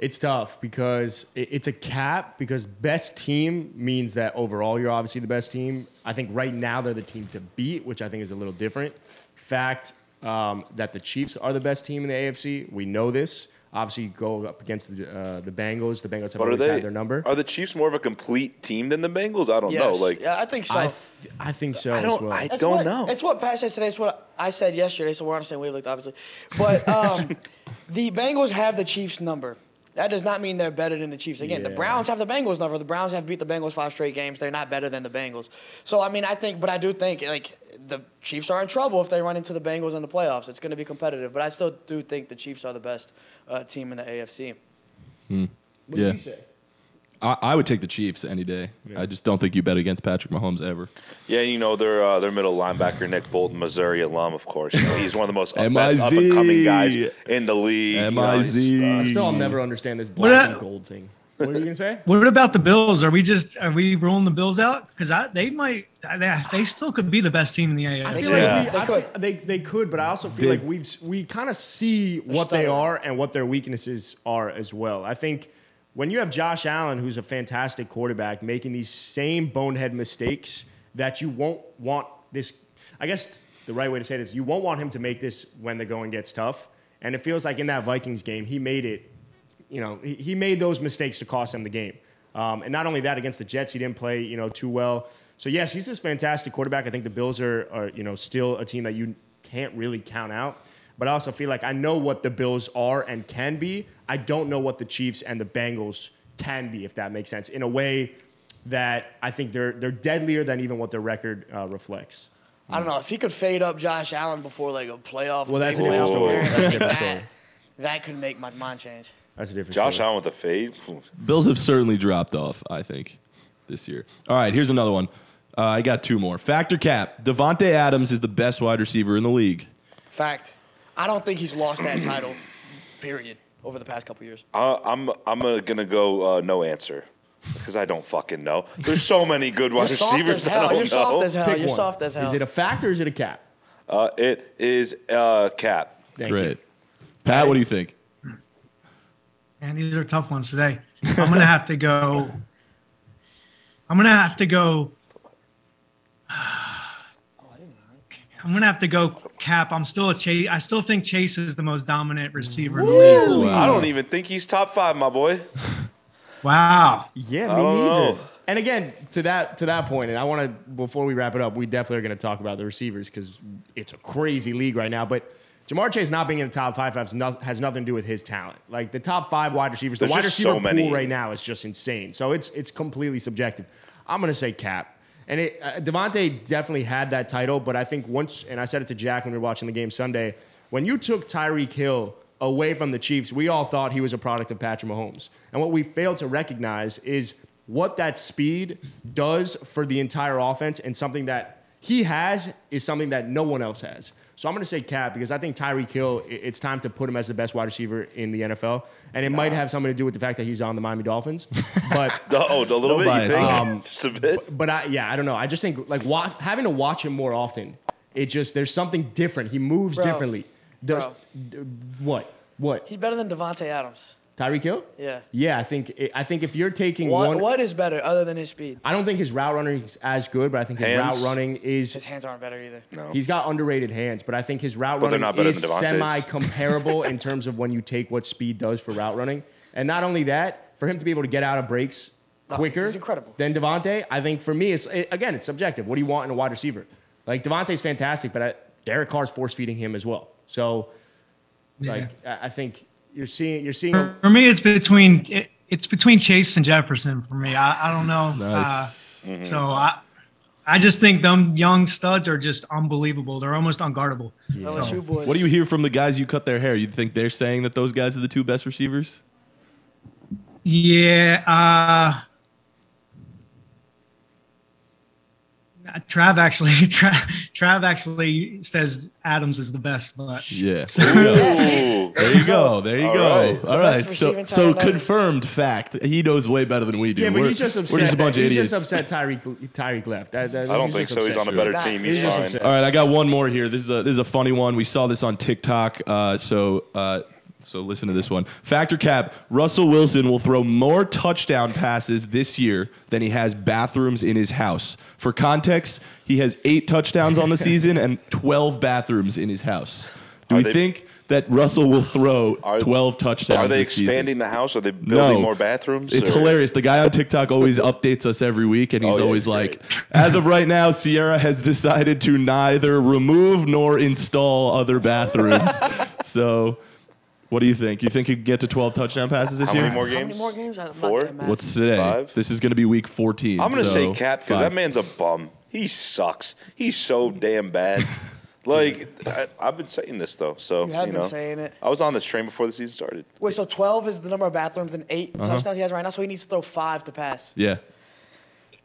It's tough because it- it's a cap because best team means that overall you're obviously the best team. I think right now they're the team to beat, which I think is a little different. Fact um, that the Chiefs are the best team in the AFC. We know this. Obviously, you go up against the, uh, the Bengals. The Bengals have
But are
always
they
had their number.
Are the Chiefs more of a complete team than the Bengals? I don't know.
Yes.
Like
yeah, I think so.
I, th- I think so
I
as
don't-
well.
I-
It's
don't
what,
know.
It's what Pat said today. It's what I said yesterday. So we're on the same wavelength, obviously. But um, the Bengals have the Chiefs number. That does not mean they're better than the Chiefs. Again, the
Yeah.
Browns have the Bengals number. The Browns have beat the Bengals five straight games. They're not better than the Bengals. So I mean, I think, but I do think like the Chiefs are in trouble if they run into the Bengals in the playoffs. It's going to be competitive. But I still do think the Chiefs are the best uh, team in the AFC.
what did
yeah.
you say?
I, I would take the Chiefs any day. I just don't think you bet against Patrick Mahomes ever.
Yeah, you know their uh, their middle linebacker Nick Bolton, Missouri alum, of course. You know, he's one of the most up, best up and coming guys in the league. You know, he's-
M.I.Z..
Still, I'll never understand this
What
black
I-
and gold thing. What are you gonna say?
What about the Bills? Are we just are we ruling the Bills out? Because they might they, they still could be the best team in the AFC.
I feel like we,
Yeah.
They
I
could.
feel- they, they could, but I also feel
They-
like we've s- we kind of see what they
stuttering.
are and what their weaknesses are as well. I think when you have Josh Allen, who's a fantastic quarterback, making these same bonehead mistakes that you won't want this. I guess the right way to say it is you won't want him to make this when the going gets tough. And it feels like in that Vikings game, he made it you know, he, he made those mistakes to cost them the game. Um, and not only that, against the Jets, he didn't play, you know, too well. So yes, he's this fantastic quarterback. I think the Bills are, are, you know, still a team that you can't really count out. But I also feel like I know what the Bills are and can be. I don't know what the Chiefs and the Bengals can be, if that makes sense. In a way that I think they're they're deadlier than even what their record uh, reflects.
I don't know if he could fade up Josh Allen before like a playoff.
Well, that's a
big
different
playoff
story.
appearance,
That's a
I think
different
that-
story.
That could make my mind change.
That's a different.
Josh
story.
Allen with a fade. Phew.
Bills have certainly dropped off, I think, this year. All right, here's another one. Uh, I got two more. Factor cap. Devonte Adams is the best wide receiver in the league.
Fact. I don't think he's lost that title, period, over the past couple years.
I, I'm I'm uh, gonna go uh, no answer because I don't fucking know. There's so many good wide
You're soft
receivers.
as hell.
I don't
You're soft
know.
as hell.
Pick
You're
one.
soft as hell.
Is it a fact or is it a cap?
Uh, it is uh, cap.
Thank you.
Great. Pat, what do you think?
And these are tough ones today. I'm gonna have to go. I'm gonna have to go. I'm gonna have to go cap. I'm still a chase. I still think Chase is the most dominant receiver in the league.
I don't even think he's top five, my boy.
Wow.
Yeah, me
don't
neither.
know.
And again, to that to that point, and I want to before we wrap it up, we definitely are going to talk about the receivers because it's a crazy league right now. But Jamar Chase not being in the top five has, no, has nothing to do with his talent. Like the top five wide receivers,
There's
the wide
just
receiver
so many.
pool right now is just insane. So it's it's completely subjective. I'm going to say Cap. And it, uh, Devontae definitely had that title, but I think once, and I said it to Jack when we were watching the game Sunday, when you took Tyreek Hill away from the Chiefs, we all thought he was a product of Patrick Mahomes. And what we failed to recognize is what that speed does for the entire offense and something that he has is something that no one else has. So I'm going to say Cap because I think Tyreek Hill, i- it's time to put him as the best wide receiver in the NFL. And it might have something to do with the fact that he's on the Miami Dolphins. But
Oh, a little bit. You
bias.
think?
Um,
Just a bit.
but I, yeah, I don't know. I just think like wa- having to watch him more often, it just there's something different. He moves
Bro.
differently. Does,
Bro.
d- what? What?
He's better than Devonte Adams.
Tyreek Hill?
Yeah.
Yeah, I think I think if you're taking
What,
one,
what is better other than his speed?
I don't think his route running is as good, but I think his
Hands?
route running
His
is
hands aren't better either.
No.
he's got underrated hands, but I think his route
But they're
running
not better
is
than Devontae's.
semi comparable in terms of when you take what speed does for route running. And not only that, for him to be able to get out of breaks
Oh,
No,
quicker
he's incredible.
than Devontae, I think for me, it's it- again, it's subjective. What do you want in a wide receiver? Like Devontae's fantastic, but I, Derek Carr's force feeding him as well. So, like, I, I think you're seeing you're seeing.
For, for me, it's between it, it's between Chase and Jefferson. For me, uh, I, I don't know.
Nice.
Uh, So I I just think them young studs are just unbelievable. They're almost unguardable.
LSU boys.
What do you hear from the guys you cut their hair? You think they're saying that those guys are the two best receivers?
Yeah. Uh, Trav actually, Trav, Trav actually says Adams is the best, but
Yeah. There you
Ooh.
go. There you go. There you
All
go.
right.
All right. So,
receiving
so
tight end ever.
confirmed fact. He knows way better than we do.
Yeah, but
we're,
he's just upset.
We're just a
that-
bunch of
he's
idiots.
just upset Tyreek Tyreek left. That- that-
I don't think
just
so. He's
upset.
on a better
He's
team.
not-
He's,
He's just
fine.
upset.
All right, I got one more here. This is a this is a funny one. We saw this on TikTok. Uh, so uh, so listen to this one. Factor cap. Russell Wilson will throw more touchdown passes this year than he has bathrooms in his house. For context, he has eight touchdowns on the season and twelve bathrooms in his house. Do
Are
we
they-
think that Russell will throw
Are-
twelve touchdowns?
Are they
this season?
expanding the house? Are they building more bathrooms?
It's
or-
hilarious. The guy on TikTok always updates us every week, and he's
Oh, yeah,
always
it's
like, "As of right now, Sierra has decided to neither remove nor install other bathrooms." so, what do you think? You think he could get to twelve touchdown passes this
How
year?
many more
How many
games?
more games? I'm not
Four.
that mad.
What's today?
Five?
This is going to be week fourteen.
I'm gonna
so
say Cap because
five.
that man's a bum. He sucks. He's so damn bad. like I, I've been saying this though, so
You have
you
been
know,
saying it.
I was on this train before the season started.
Wait, so 12 is the number of bathrooms and 8
Uh-huh.
touchdowns he has right now, so he needs to throw 5 to pass.
Yeah,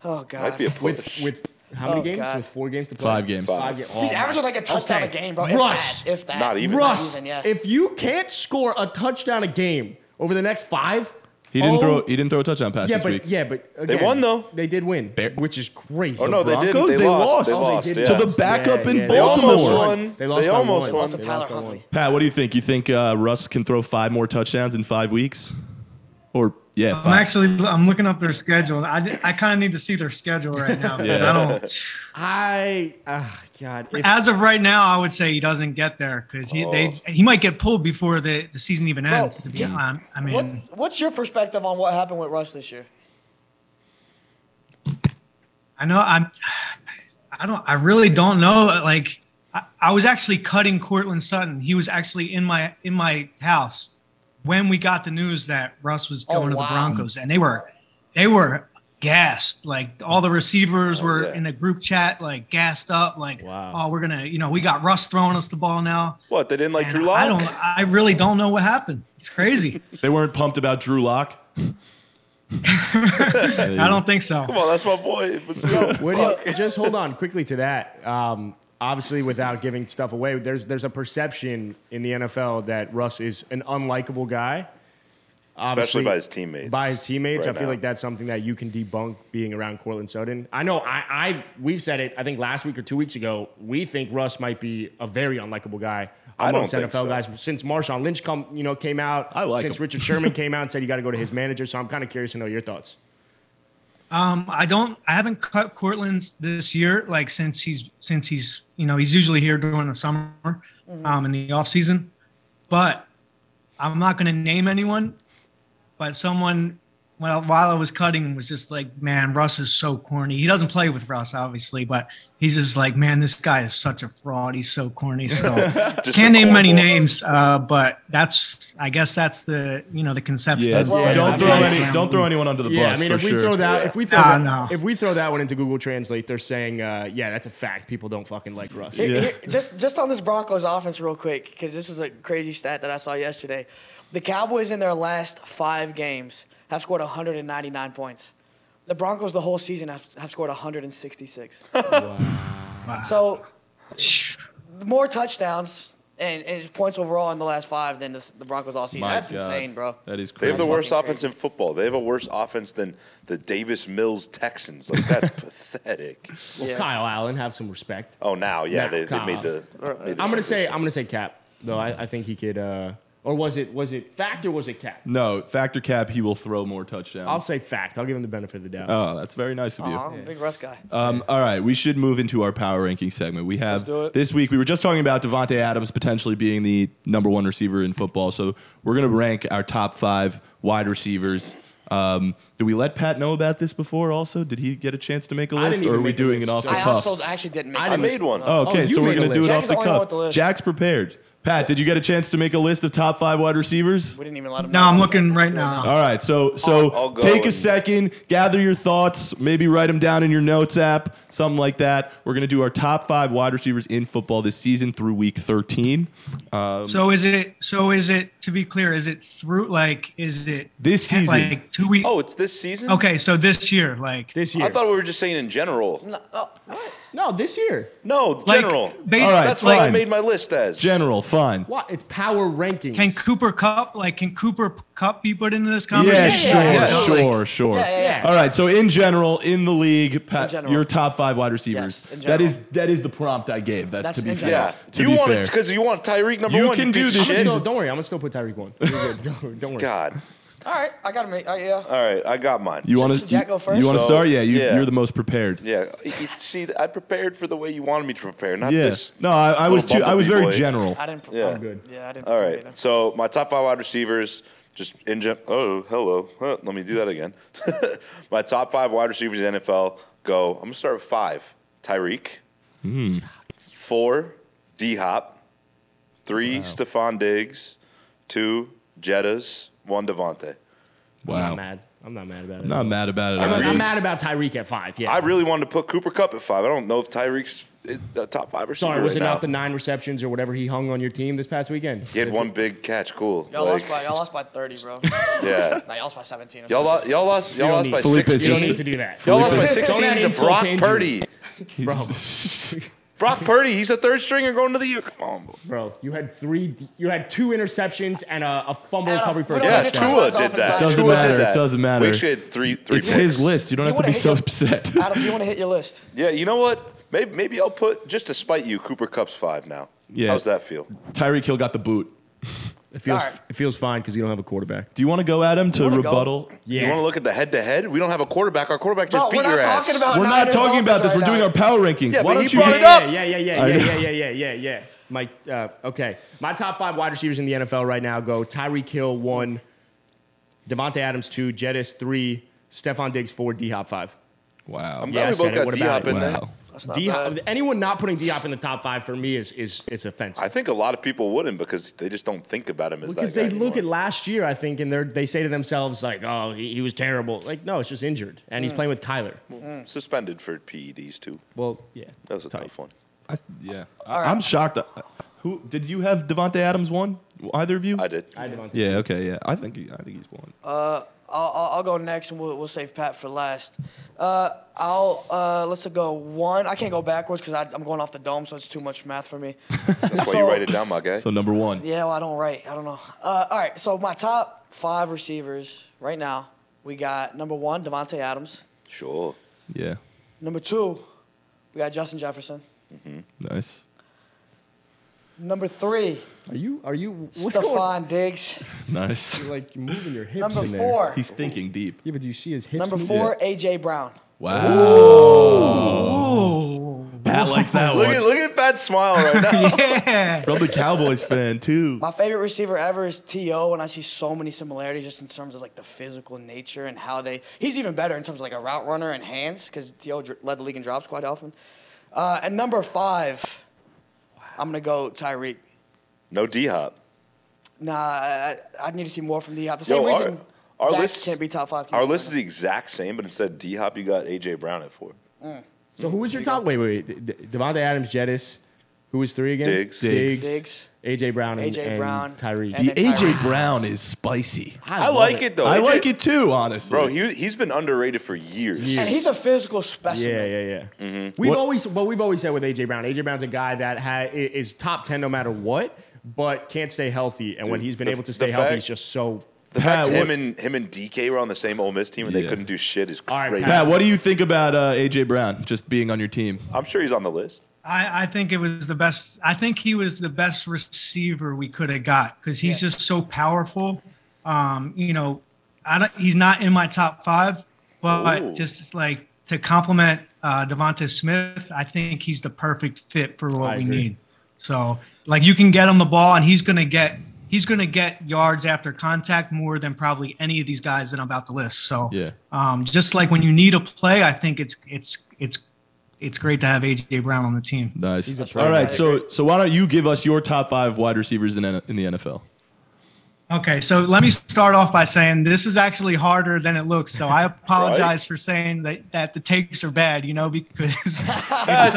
Oh, God.
Might be a push.
with with how many
Oh,
games?
God.
With four games to play.
Five games.
Five games.
He's averaging like a touchdown a game, bro. If
Russ,
that. If that.
Not even.
Russ,
even, yeah.
if you can't score a touchdown a game over the next five,
he didn't
oh-
throw. He didn't throw a touchdown pass
Yeah,
this
but
week.
yeah, but
They
again,
won, though.
They did win,
Bear-
which is crazy.
oh no, they didn't.
Broncos,
They,
they
lost. They
lost.
Oh,
lost.
they
yeah.
did.
To the backup in
they almost
Baltimore.
won. They lost
They
by
almost
one.
won.
Also,
They
Tyler
lost by one.
Huntley.
Pat, what do you think? You think uh, Russ can throw five more touchdowns in five weeks? Or yeah,
I'm
five.
actually I'm looking up their schedule. I, I kind of need to see their schedule right now because I don't.
I, ah, God. If,
As of right now, I would say he doesn't get there because he they he might get pulled before the, the season even ends. to be
get-
honest, I mean,
What, what's your perspective on what happened with Russ this year?
I know I'm. I don't. I really don't know. Like, I, I was actually cutting Cortland Sutton. He was actually in my in my house when we got the news that Russ was
Oh,
going to
wow.
the Broncos, and they were they were gassed. Like all the receivers were
Oh, yeah.
in a group chat, like gassed up. Like,
Wow.
oh, we're gonna, you know, we got Russ throwing us the ball now.
What? They didn't like
And
Drew
I
Lock.
don't. I really don't know what happened. It's crazy.
They weren't pumped about Drew Lock.
I don't think so.
Come on, that's my boy. Let's go.
what do you, just hold on quickly to that. Um, obviously, without giving stuff away, there's there's a perception in the NFL that Russ is an unlikable guy.
Especially
Obviously-
by his teammates.
By his teammates,
right
I feel
now.
like that's something that you can debunk being around Cortland Sutton. I know I, I we've said it. I think last week or two weeks ago, we think Russ might be a very unlikable guy
I don't
amongst
think
NFL
so.
guys since Marshawn Lynch come you know came out.
I like
since
him.
Richard Sherman came out and said you got to go to his manager. So I'm kind of curious to know your thoughts.
Um, I don't. I haven't cut Cortland's this year. Like since he's since he's you know he's usually here during the summer, um, in the off season. But I'm not going to name anyone. But someone, well, while I was cutting, was just like, man, Russ is so corny. He doesn't play with Russ, obviously, but he's just like, man, this guy is such a fraud. He's so corny. So
Just
can't
a
name many
cornball.
names. Uh, but that's I guess that's the you know the conception.
Yeah,
of the
Well,
don't
I
throw
mean-
any. Don't throw anyone under the
Yeah,
bus
I mean,
for
if we
sure.
throw that, if we throw,
Ah,
that,
no.
if we throw that one into Google Translate, they're saying, uh, yeah, that's a fact. People don't fucking like Russ.
Here- here- just just on this Broncos offense real quick because this is a crazy stat that I saw yesterday. The Cowboys in their last five games have scored 199 points. The Broncos the whole season have, have scored 166. So more touchdowns and, and points overall in the last five than the, the Broncos all season.
My
That's
God.
insane, bro.
That is
They
crazy.
have the worst
fucking
offense in football. They have a worse offense than the Davis Mills Texans. Like that's pathetic.
Well,
Yeah.
Kyle Allen, have some respect.
Oh, now, yeah,
Now,
they, they
come
made
on.
the. made the
I'm gonna say,
transition.
I'm gonna say Cap though. I, I think he could. Uh, or was it was it fact or was it Cap?
No, factor cap. He will throw more touchdowns.
I'll say fact. I'll give him the benefit of the doubt.
oh, that's very nice of you.
Uh-huh, I'm a big Russ guy.
Um, all right, we should move into our power ranking segment. We have
do it.
this week. We were just talking about Devonte Adams potentially being the number one receiver in football, so we're gonna rank our top five wide receivers. Um, did we let Pat know about this before? Also, did he get a chance to make a
didn't
list, or
even
are we
make a
doing
list.
it off the
I
puff?
also actually didn't make
I
my
didn't
list.
made one.
Oh, okay,
Oh, you
so we're
made a
gonna do it
list.
off
Jack's
the
the only one with the
cuff.
list.
Jack's prepared. Pat, did you get a chance to make a list of top five wide receivers?
We didn't even let him.
No, I'm looking right now.
All right, so so
I'll- I'll go
take a
and-
second, gather your thoughts, maybe write them down in your notes app, something like that. We're gonna do our top five wide receivers in football this season through week 13.
So is it? So is it? To be clear, is it through? Like, is it
This
ten-
season.
Like two weeks.
Oh, it's this season.
Okay, so this year, like,
this year.
I thought we were just saying in general.
no, this year.
No,
like
general.
bas-
All right,
That's
like,
what I
fine.
made my list as.
General, fine.
What? It's power rankings.
Can Cooper Cup, like, can Cooper Cup be put into this conversation?
Yeah, sure,
yeah, yeah.
sure, sure.
yeah, yeah.
All right, so in general, in the league, Pat,
general.
your top five wide receivers.
Yes, in
that is
general.
that is the prompt I gave. That
That's
to be
in
fair.
Yeah.
To
general.
Do you
be
want
fair.
it because you want Tyreek number
You
one?
can do
piece of
this
I'm
shit.
season.
still, don't worry, I'm gonna still put Tyreek one. You're good. Don't, worry, don't worry.
God.
All right, I gotta make. Uh, yeah.
All right, I got mine.
You want to
should Jack go first?
You want to
So,
start? Yeah, you,
yeah.
you're the most prepared.
yeah. You See, I prepared for the way you wanted me to prepare, not
Yeah.
this.
No, I, I was
little
too. I was very
bumblebee boy.
general.
I didn't.
Yeah.
I'm good.
Yeah, I didn't.
All
prepare
right.
either.
So my top five wide receivers, just in general. Oh, hello. Huh, let me do that again. my top five wide receivers in the NFL go. I'm gonna start with five. Tyreek.
Hmm.
Four. D Hop. Three. Stephon Diggs. Two. Jettas. One. Devontae.
I'm
Wow.
not mad. I'm not mad about it.
I'm not mad about it.
I'm,
at all.
I'm
really-
mad about Tyreek at five. Yeah.
I really wanted to put Cooper Cup at five. I don't know if Tyreek's uh, the top five receiver
Sorry, was
right
it
now.
not the nine receptions or whatever he hung on your team this past weekend?
He had one big catch. Cool.
Y'all
Like,
lost by y'all lost by 30, bro.
yeah.
nah, y'all lost by 17. Or
Y'all lost. Y'all lost. Y'all
don't
lost
need-
by
Felipe's
You don't
just-
sixteen.
need to do that.
Y'all lost by
Don't add
sixteen to
insult
Brock
injury.
Purdy.
bro.
Brock Purdy. He's a third stringer going to the year. Come on, bro.
Bro, you had three. You had two interceptions and a, a fumble
Adam,
recovery for a
we don't
Yeah,
need to
touchdown.
talk
Tua
about
did
Dolphins
that.
last Doesn't
Tua
matter,
Did that.
it doesn't matter.
We actually had three. three
It's his
picks.
list. You don't
You
have to
wanna
be
hit
so
him?
upset.
Adam, do you want to hit your list?
Yeah. You know what? Maybe maybe I'll put just to spite you Cooper Cup's five now.
Yeah.
How's that feel?
Tyreek Hill got the boot.
It feels
All right.
it feels fine because you don't have a quarterback.
Do you want to go, Adam, to
wanna go? Oh,
rebuttal?
Yeah.
You want to look at the head to head? We don't have a quarterback. Our quarterback
Bro,
just beat
we're not
your ass.
talking about.
We're not
Niners
talking about this.
Dolphins
We're doing
right
our power rankings.
Yeah,
Why
but
don't
he
you
brought it
yeah,
up.
Yeah, yeah, yeah,
I
yeah,
know.
yeah, yeah, yeah, yeah, yeah. Mike, uh, okay. My top five wide receivers in the NFL right now go Tyreek Hill, one, Devontae Adams, two, Jettis, three, Stephon Diggs, four, D Hop, five.
Wow.
I'm
Yeah, I
glad we
said
both
it.
got
What
D
about
Hop
it?
in there.
wow.
not
D-Hop,
bad.
anyone not putting D Hop in the top five for me is is is offensive.
I think a lot of people wouldn't because they just don't think about him as
because
that guy
they look at
anymore.
last year, I think, and they they say to themselves like, "Oh, he, he was terrible." Like, no, it's just injured, and
Mm.
he's playing with Kyler.
suspended for PEDs too.
Well, yeah,
That was a
Tight.
tough one.
I, yeah. I, I'm shocked. uh, Who did you have Devonte Adams one? Either of you?
I did.
I had Devontae.
Yeah. Okay. Yeah. I think he, I think he's one.
I'll, I'll, I'll go next, and we'll, we'll save Pat for last. Uh, I'll uh, let's go one. I can't go backwards because I'm going off the dome, so it's too much math for me.
That's
Oh.
why you write it down, my guy.
so number one.
Yeah, well, I don't write. I don't know. Uh, all right, so my top five receivers right now, we got number one, Devontae Adams.
Sure.
Yeah.
Number two, we got Justin Jefferson.
Nice.
Number three,
Are you are you what's going on?
Stephon Diggs.
Nice.
Like you're moving your hips
Number
in there.
four,
He's thinking deep.
Yeah, but do you see his hips?
number
move?
four, AJ Brown.
Wow.
Oh,
Pat likes that
Look at
one.
look at Pat's smile right now.
yeah.
From the Cowboys fan too.
My favorite receiver ever is T.O. and I see so many similarities just in terms of like the physical nature and how they. He's even better in terms of like a route runner and hands because T.O. dr- led the league in drops quite often. Uh, and number five, I'm gonna go Tyreek.
No D Hop.
Nah, I, I I'd need to see more from D Hop. The
Yo,
same
our-
reason
our
Dak
list-
can't be top five.
Our list is the exact same, but instead of D Hop, you got AJ Brown at four.
So who was your top? Wait, wait, wait. D- D- Devontae Adams, Jettis. Who was three again?
Diggs.
Diggs.
Diggs.
AJ Brown. And,
AJ
and
Brown.
Tyreek.
And
The
then Tyreek.
AJ Brown is spicy.
I, like it though.
I
AJ
like it too, honestly.
Bro, he he's been underrated for years.
and he's a physical specimen.
Yeah, yeah, yeah.
Mm-hmm.
We've
What-
always, well, we've always said with AJ Brown, AJ Brown's a guy that ha- i- is top ten no matter what, but can't stay healthy. And when
Dude,
he's been
the-
able to
the
stay healthy,
fact-
he's just so.
The fact
Pat,
him
what-
and him and DK were on the same Ole Miss team and
Yeah.
they couldn't do shit is
All right,
crazy.
Pat, what do you think about uh, AJ Brown just being on your team?
I'm sure he's on the list.
I, I think it was the best. I think he was the best receiver we could have got because he's just so powerful. Um, you know, I don't, he's not in my top five, but
Ooh.
just like to compliment uh, Devonta Smith, I think he's the perfect fit for what
I
we
agree.
need. So, like, you can get him the ball, and he's gonna get he's gonna get yards after contact more than probably any of these guys that I'm about to list. So,
Yeah.
um, just like when you need a play, I think it's it's it's it's great to have AJ Brown on the team.
Nice.
a pro.
All right, so so why don't you give us your top five wide receivers in N- in the NFL?
Okay, so let me start off by saying this is actually harder than it looks. So I apologize for saying that, that the takes are bad, you know, because it's, uh,
hard.
it's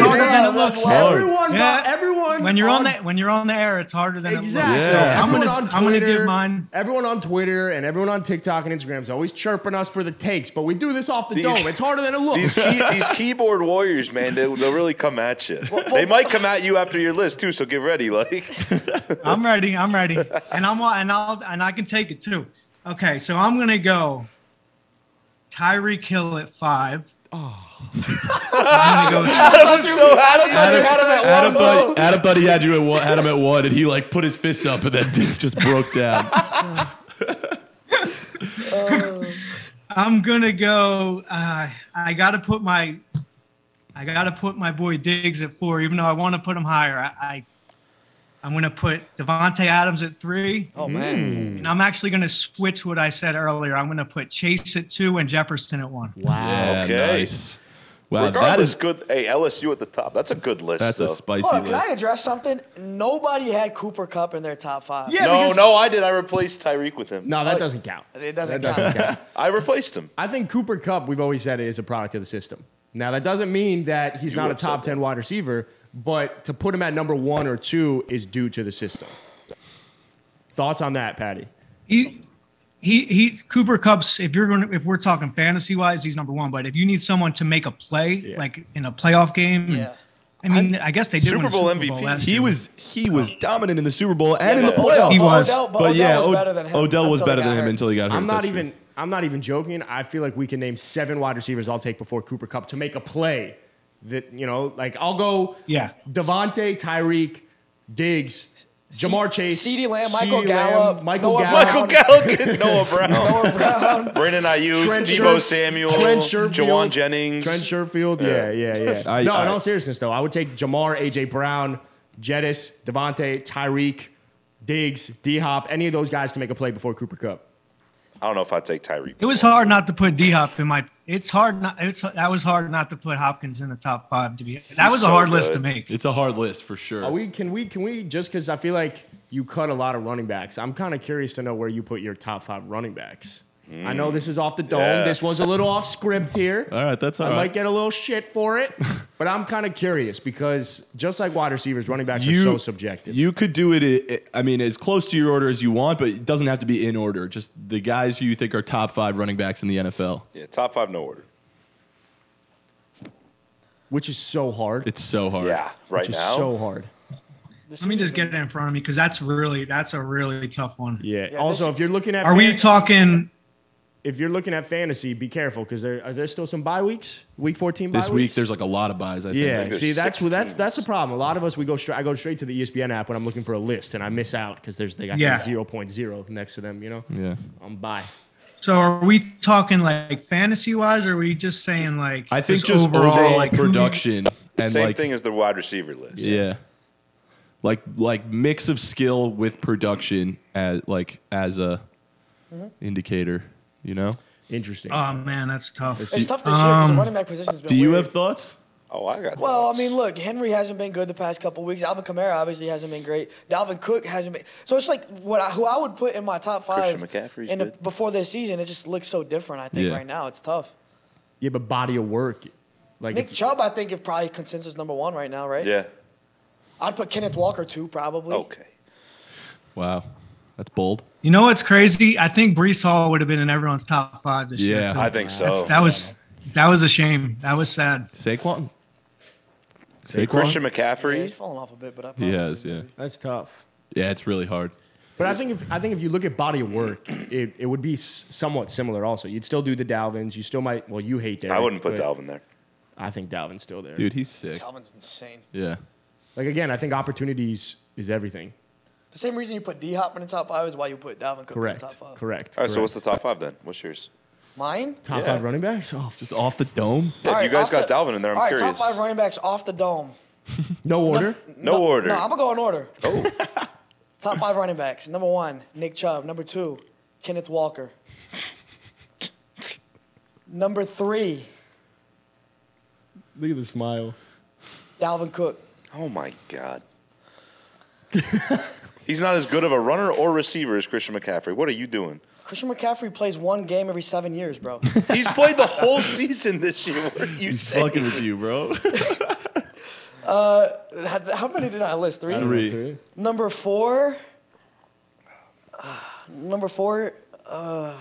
harder than it
Yeah,
looks.
Everyone,
Yeah.
got, everyone.
When you're on
that.
the when you're on the air, it's harder than it
Exactly.
looks.
Yeah.
So I'm
Everyone
gonna
on
I'm gonna give
Twitter-
mine.
Everyone on Twitter and everyone on TikTok and Instagram is always chirping us for the takes, but we do this off the
These-
dome. It's harder than it looks.
These, key, these keyboard warriors, man, they, they'll really come at you. They might come at you after your list too, so get ready. Like,
I'm ready. I'm ready, and I'm and I'll and I can take it too. Okay, so I'm gonna go. Tyreek Hill at five. I'm gonna go
I'm so happy that you had him at
Adam, Bud- Adam Buddy had you at one, had him at one, and he like put his fist up and then just broke down.
I'm gonna go. Uh, I gotta put my, I gotta put my boy Diggs at four, even though I want to put him higher. I, I I'm gonna put Devonte Adams at three,
Oh
Mm-hmm.
man.
and I'm actually gonna switch what I said earlier. I'm gonna put Chase at two and Jefferson at one.
Yeah,
Okay.
nice. Wow,
Regardless,
that is
good. Hey, LSU at the top. That's a good list.
that's
though.
a spicy
Hold on, can I
list.
address something? Nobody had Cooper Cup in their top five.
Yeah,
no,
because-
no, I did. I replaced Tyreek with him.
No, that doesn't count.
It doesn't
that
count.
doesn't count.
I replaced him.
I think Cooper Cup, we've always said, is a product of the system. Now, that doesn't mean that he's
You
not a
have said
top
that.
10 wide receiver, but to put him at number one or two is due to the system. Thoughts on that, Patty?
He, he, he. Cooper Cups. If you're gonna, if we're talking fantasy wise, he's number one. But if you need someone to make a play, like in a playoff game,
Yeah.
I mean, I, guess they did
Super
win a
Bowl
Super Bowl
MVP.
last
He
year.
was he was dominant in the Super Bowl and in the
but-
playoffs.
He was.
Odell,
but yeah,
Odell was
Od-
better than him.
Odell was
until he
better
got
than him
hurt.
until he got hurt.
I'm not
that's true.
even. I'm not even joking. I feel like we can name seven wide receivers I'll take before Cooper Cup to make a play. That you know, like I'll go.
Yeah.
Devonte, Tyreek, Diggs, Jamar Chase,
CeeDee Lamb, Michael
CeeDee Lamb,
Gallup,
Michael
Noah
Gallup,
Michael Gallup, Noah Brown,
Noah Brown.
Brandon Ayuk,
Trent
Debo
Sher-
Samuel,
Trent Sherfield.
Jawan Jennings.
Trent Sherfield. Yeah, yeah, yeah.
I-
no, in
I-
all seriousness though, I would take Jamar, AJ Brown, Jettis, Devonte, Tyreek, Diggs, D Hop, any of those guys to make a play before Cooper Cup.
I don't know if I'd take Tyreek.
It was hard not to put D Hop in my. It's hard not. It's that was hard not to put Hopkins in the top five. To be that was a
so
hard list to
good.
make.
It's a hard list for sure.
Are we can we can we just because I feel like you cut a lot of running backs. I'm kind of curious to know where you put your top five running backs. I know this is off the dome.
Yeah.
This was a little off script here.
all right, that's all
I
right.
might get a little shit for it, but I'm kind of curious because just like wide receivers, running backs are so subjective.
You could do it, i- I mean, as close to your order as you want, but it doesn't have to be in order. Just the guys who you think are top five running backs in the NFL.
Yeah, top five, no order.
which is so hard.
It's so hard.
Yeah, right
which is
now.
so hard.
Let me just get it in front of me because that's really that's a really tough one.
Yeah.
Yeah,
also,
this-
if you're looking at
Are we
fan-
talking?
if you're looking at fantasy, be careful because there are there still some bye weeks. Week 14 bye
This week,
weeks?
there's like a lot of buys, I think.
Yeah,
think there's
see, that's
six
that's that's the
teams.
problem. A lot of us we go straight. I go straight to the E ESPN app when I'm looking for a list, and I miss out because there's they got
Yeah.
zero point zero next to them. You know,
Yeah.
I'm by.
So are we talking like fantasy wise, or are we just saying like
I think just overall,
like, who-
production and
Same
like,
thing as the wide receiver list.
yeah, like like mix of skill with production as like as a
Mm-hmm.
indicator. You know?
Interesting.
Oh man, that's tough.
It's tough this year because the running back position's been
Um, Do you
weird.
have thoughts?
Oh, I got.
Well, I
thoughts.
mean, look, Henry hasn't been good the past couple weeks. Alvin Kamara obviously hasn't been great. Dalvin Cook hasn't been. So it's like what I, who I would put in my top five
Christian McCaffrey's
in the,
good.
before this season. It just looks so different. I think
Yeah.
right now it's tough.
yeah, but body of work, like
Nick
if,
Chubb, I think, is probably consensus number one right now, right?
yeah. Oh,
I'd put Kenneth Walker two probably.
Okay.
Wow, that's bold.
You know what's crazy? I think Brees Hall would have been in everyone's top five this year.
Yeah.
too.
I think so.
That's- that was that was a shame. That was sad.
Saquon. Saquon.
Christian
Yeah, he's
McCaffrey.
falling off a bit, but I
He
probably-
has, yeah,
that's tough.
yeah. It's really hard.
But I think if I think if you look at body of work, it, it would be s- somewhat similar. Also, you'd still do the Dalvins. You still might. Well, you hate Dalvin.
I wouldn't put
but
Dalvin there.
I think Dalvin's still there.
Dude, he's sick.
Calvin's insane.
Yeah.
Like again, I think opportunities is everything.
The same reason you put D Hop in the top five is why you put Dalvin Cook
Correct.
in the top five.
Correct.
All right. So what's
correct.
the top five then? What's yours?
Mine.
top
yeah.
five running backs? Oh,
Just off the dome.
Yeah,
All
if
right,
you guys
off
got
the-
Dalvin in there, I'm
all right,
curious.
top five running backs off the dome.
no order.
no, order. Oh.
No, I'm gonna go in order. Top five running backs. Number one, Nick Chubb. Number two, Kenneth Walker. Number three,
Look at the smile.
Dalvin Cook.
Oh my God. He's not as good of a runner or receiver as Christian McCaffrey. What are you doing?
Christian McCaffrey plays one game every seven years, bro.
He's played the whole season this year. What are you
He's
saying?
fucking with you, bro.
how, how many did I list? Three.
Three.
Number four. Ah, number four. Uh,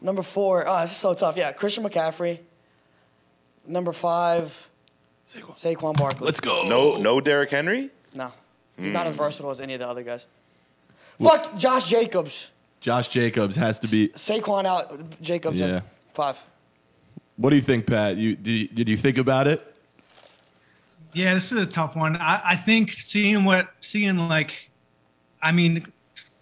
number four. Oh, this is so tough. Yeah, Christian McCaffrey. Number five. Saquon, Barkley.
Let's Hmm. go.
No, no Derrick Henry?
no, he's not as versatile as any of the other guys. Fuck Josh Jacobs.
Josh Jacobs has to be.
Saquon out. Jacobs
Yeah.
in five.
What do you think, Pat? You did you, did you think about it?
Yeah, this is a tough one. I, I think seeing what seeing like, I mean,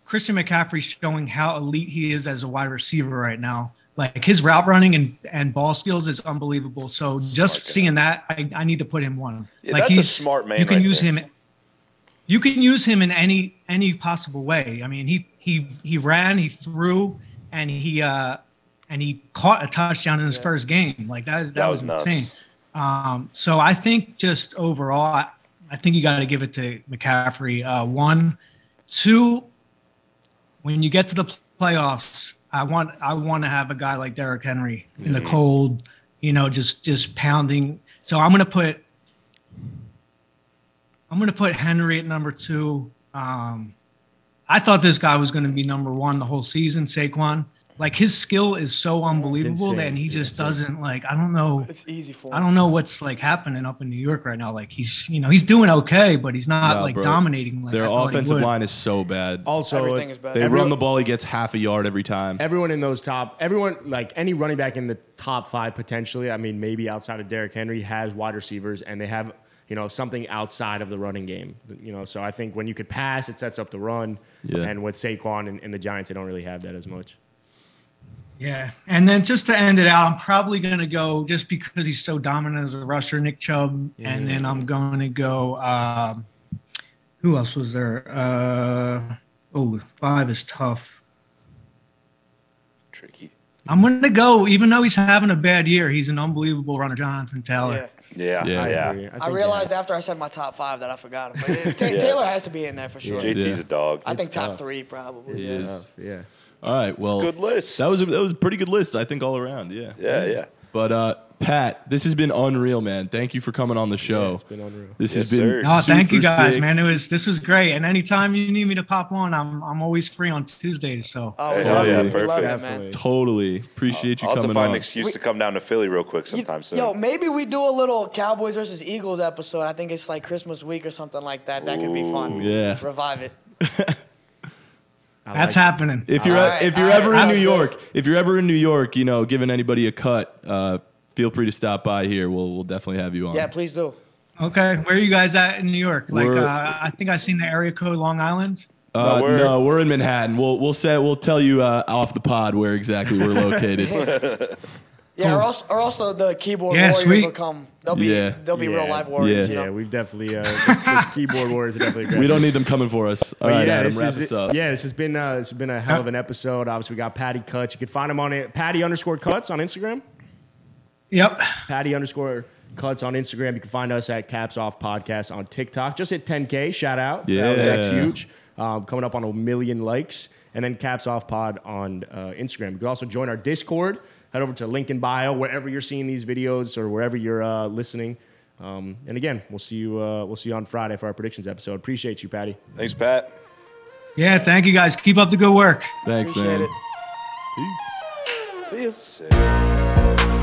Christian McCaffrey showing how elite he is as a wide receiver right now. Like his route running and, and ball skills is unbelievable. So just
Smart guy.
seeing that, I, I need to put him one.
Yeah,
like
that's a smart man
You can
right
use
there.
him. You can use him in any any possible way. I mean, he he he ran, he threw, and he uh and he caught a touchdown in his first game. Like that that,
That
was,
was nuts.
insane. Um, so I think just overall, I, I think you got to give it to McCaffrey. Uh, one, two. When you get to the playoffs, I want I want to have a guy like Derrick Henry in the cold, you know, just just pounding. So I'm gonna put I'm gonna put Henry at number two. Um, I thought this guy was gonna be number one the whole season, Saquon. Like his skill is so unbelievable
insane.
that he
It's
just
insane.
doesn't like I don't know.
It's easy for him.
I don't know what's like happening up in New York right now. Like he's, you know, he's doing okay, but he's not
Nah,
like
bro.
dominating. Like
Their
I thought he
offensive
would.
line is so bad.
Also,
Everything is bad.
They
every-
run the ball. He gets half a yard every time.
Everyone in those top, everyone like any running back in the top five potentially. I mean, maybe outside of Derrick Henry has wide receivers, and they have you know something outside of the running game. You know, so I think when you could pass, it sets up the run.
Yeah.
And with Saquon and, and the Giants, they don't really have that as much.
Yeah. And then just to end it out, I'm probably going to go just because he's so dominant as a rusher, Nick Chubb. And then I'm going to go, um, who else was there? Uh, oh, five is tough.
Tricky.
I'm going to go, even though he's having a bad year, he's an unbelievable runner, Jonathan Taylor.
Yeah.
Yeah,
Yeah.
yeah.
I
agree.
I
think-
realized after I said my top five that I forgot him. But it- Ta-
Yeah.
Taylor has to be in there for sure.
JT's a dog.
I think top
tough.
three probably.
It is.
Tough, yeah.
All right. Well,
Good list.
that was a, that was a pretty good list. I think all around. Yeah.
yeah, yeah.
But uh, Pat, this has been unreal, man. Thank you for coming on the show.
it's been unreal.
This has
Yes, sir.
been.
Oh, thank you
super
guys,
sick.
man. It was this was great. And anytime you need me to pop on, I'm I'm always free on Tuesdays. So
Oh,
Hell
we love
yeah,
it. We love
perfect.
it, man.
Definitely.
Totally appreciate you
I'll have to
coming
find
on.
an excuse
We-
to come down to Philly real quick sometime soon.
Yo, maybe we do a little Cowboys versus Eagles episode. I think it's like Christmas week or something like that. That could be fun.
yeah.
Revive it.
I
that's
like-
happening.
If you're e-
All right,
if you're
all right,
ever in
sounds
New
good.
York, if you're ever in New York, you know, giving anybody a cut, uh, feel free to stop by here. We'll we'll definitely have you on.
Yeah, please do.
Okay, where are you guys at in New York? Like,
We're-
uh, I think I seen the area code Long Island.
Uh,
No,
no, we're,
we're-
in Manhattan. We'll we'll say we'll tell you uh, off the pod where exactly we're located.
Yeah, or also, or also the keyboard
Yeah,
warriors
sweet.
will come. They'll be
Yeah.
they'll be real
Yeah.
live warriors.
Yeah.
You
Yeah,
know?
we've definitely uh, the keyboard warriors are definitely.
we
aggressive.
don't need them coming for us. All
But
right,
Oh, yeah,
Adam,
this
wrap
is-
us up.
yeah, this has been uh, this has been a hell of an episode. Obviously, we got Patty Cuts. You can find him on it, Patty underscore Cuts on Instagram.
Yep.
Patty underscore Cuts on Instagram. You can find us at Caps Off Podcast on TikTok. Just hit 10k. Shout out. That-
Yeah.
that's huge. Um, coming up on a million likes, and then Caps Off Pod on uh, Instagram. You can also join our Discord. Head over to link in bio wherever you're seeing these videos or wherever you're uh, listening. Um, and again, we'll see you. Uh, we'll see you on Friday for our predictions episode. Appreciate you, Patty.
Thanks, Pat.
Yeah, thank you guys. Keep up the good work.
Thanks,
Appreciate
man.
it.
Peace.
See you.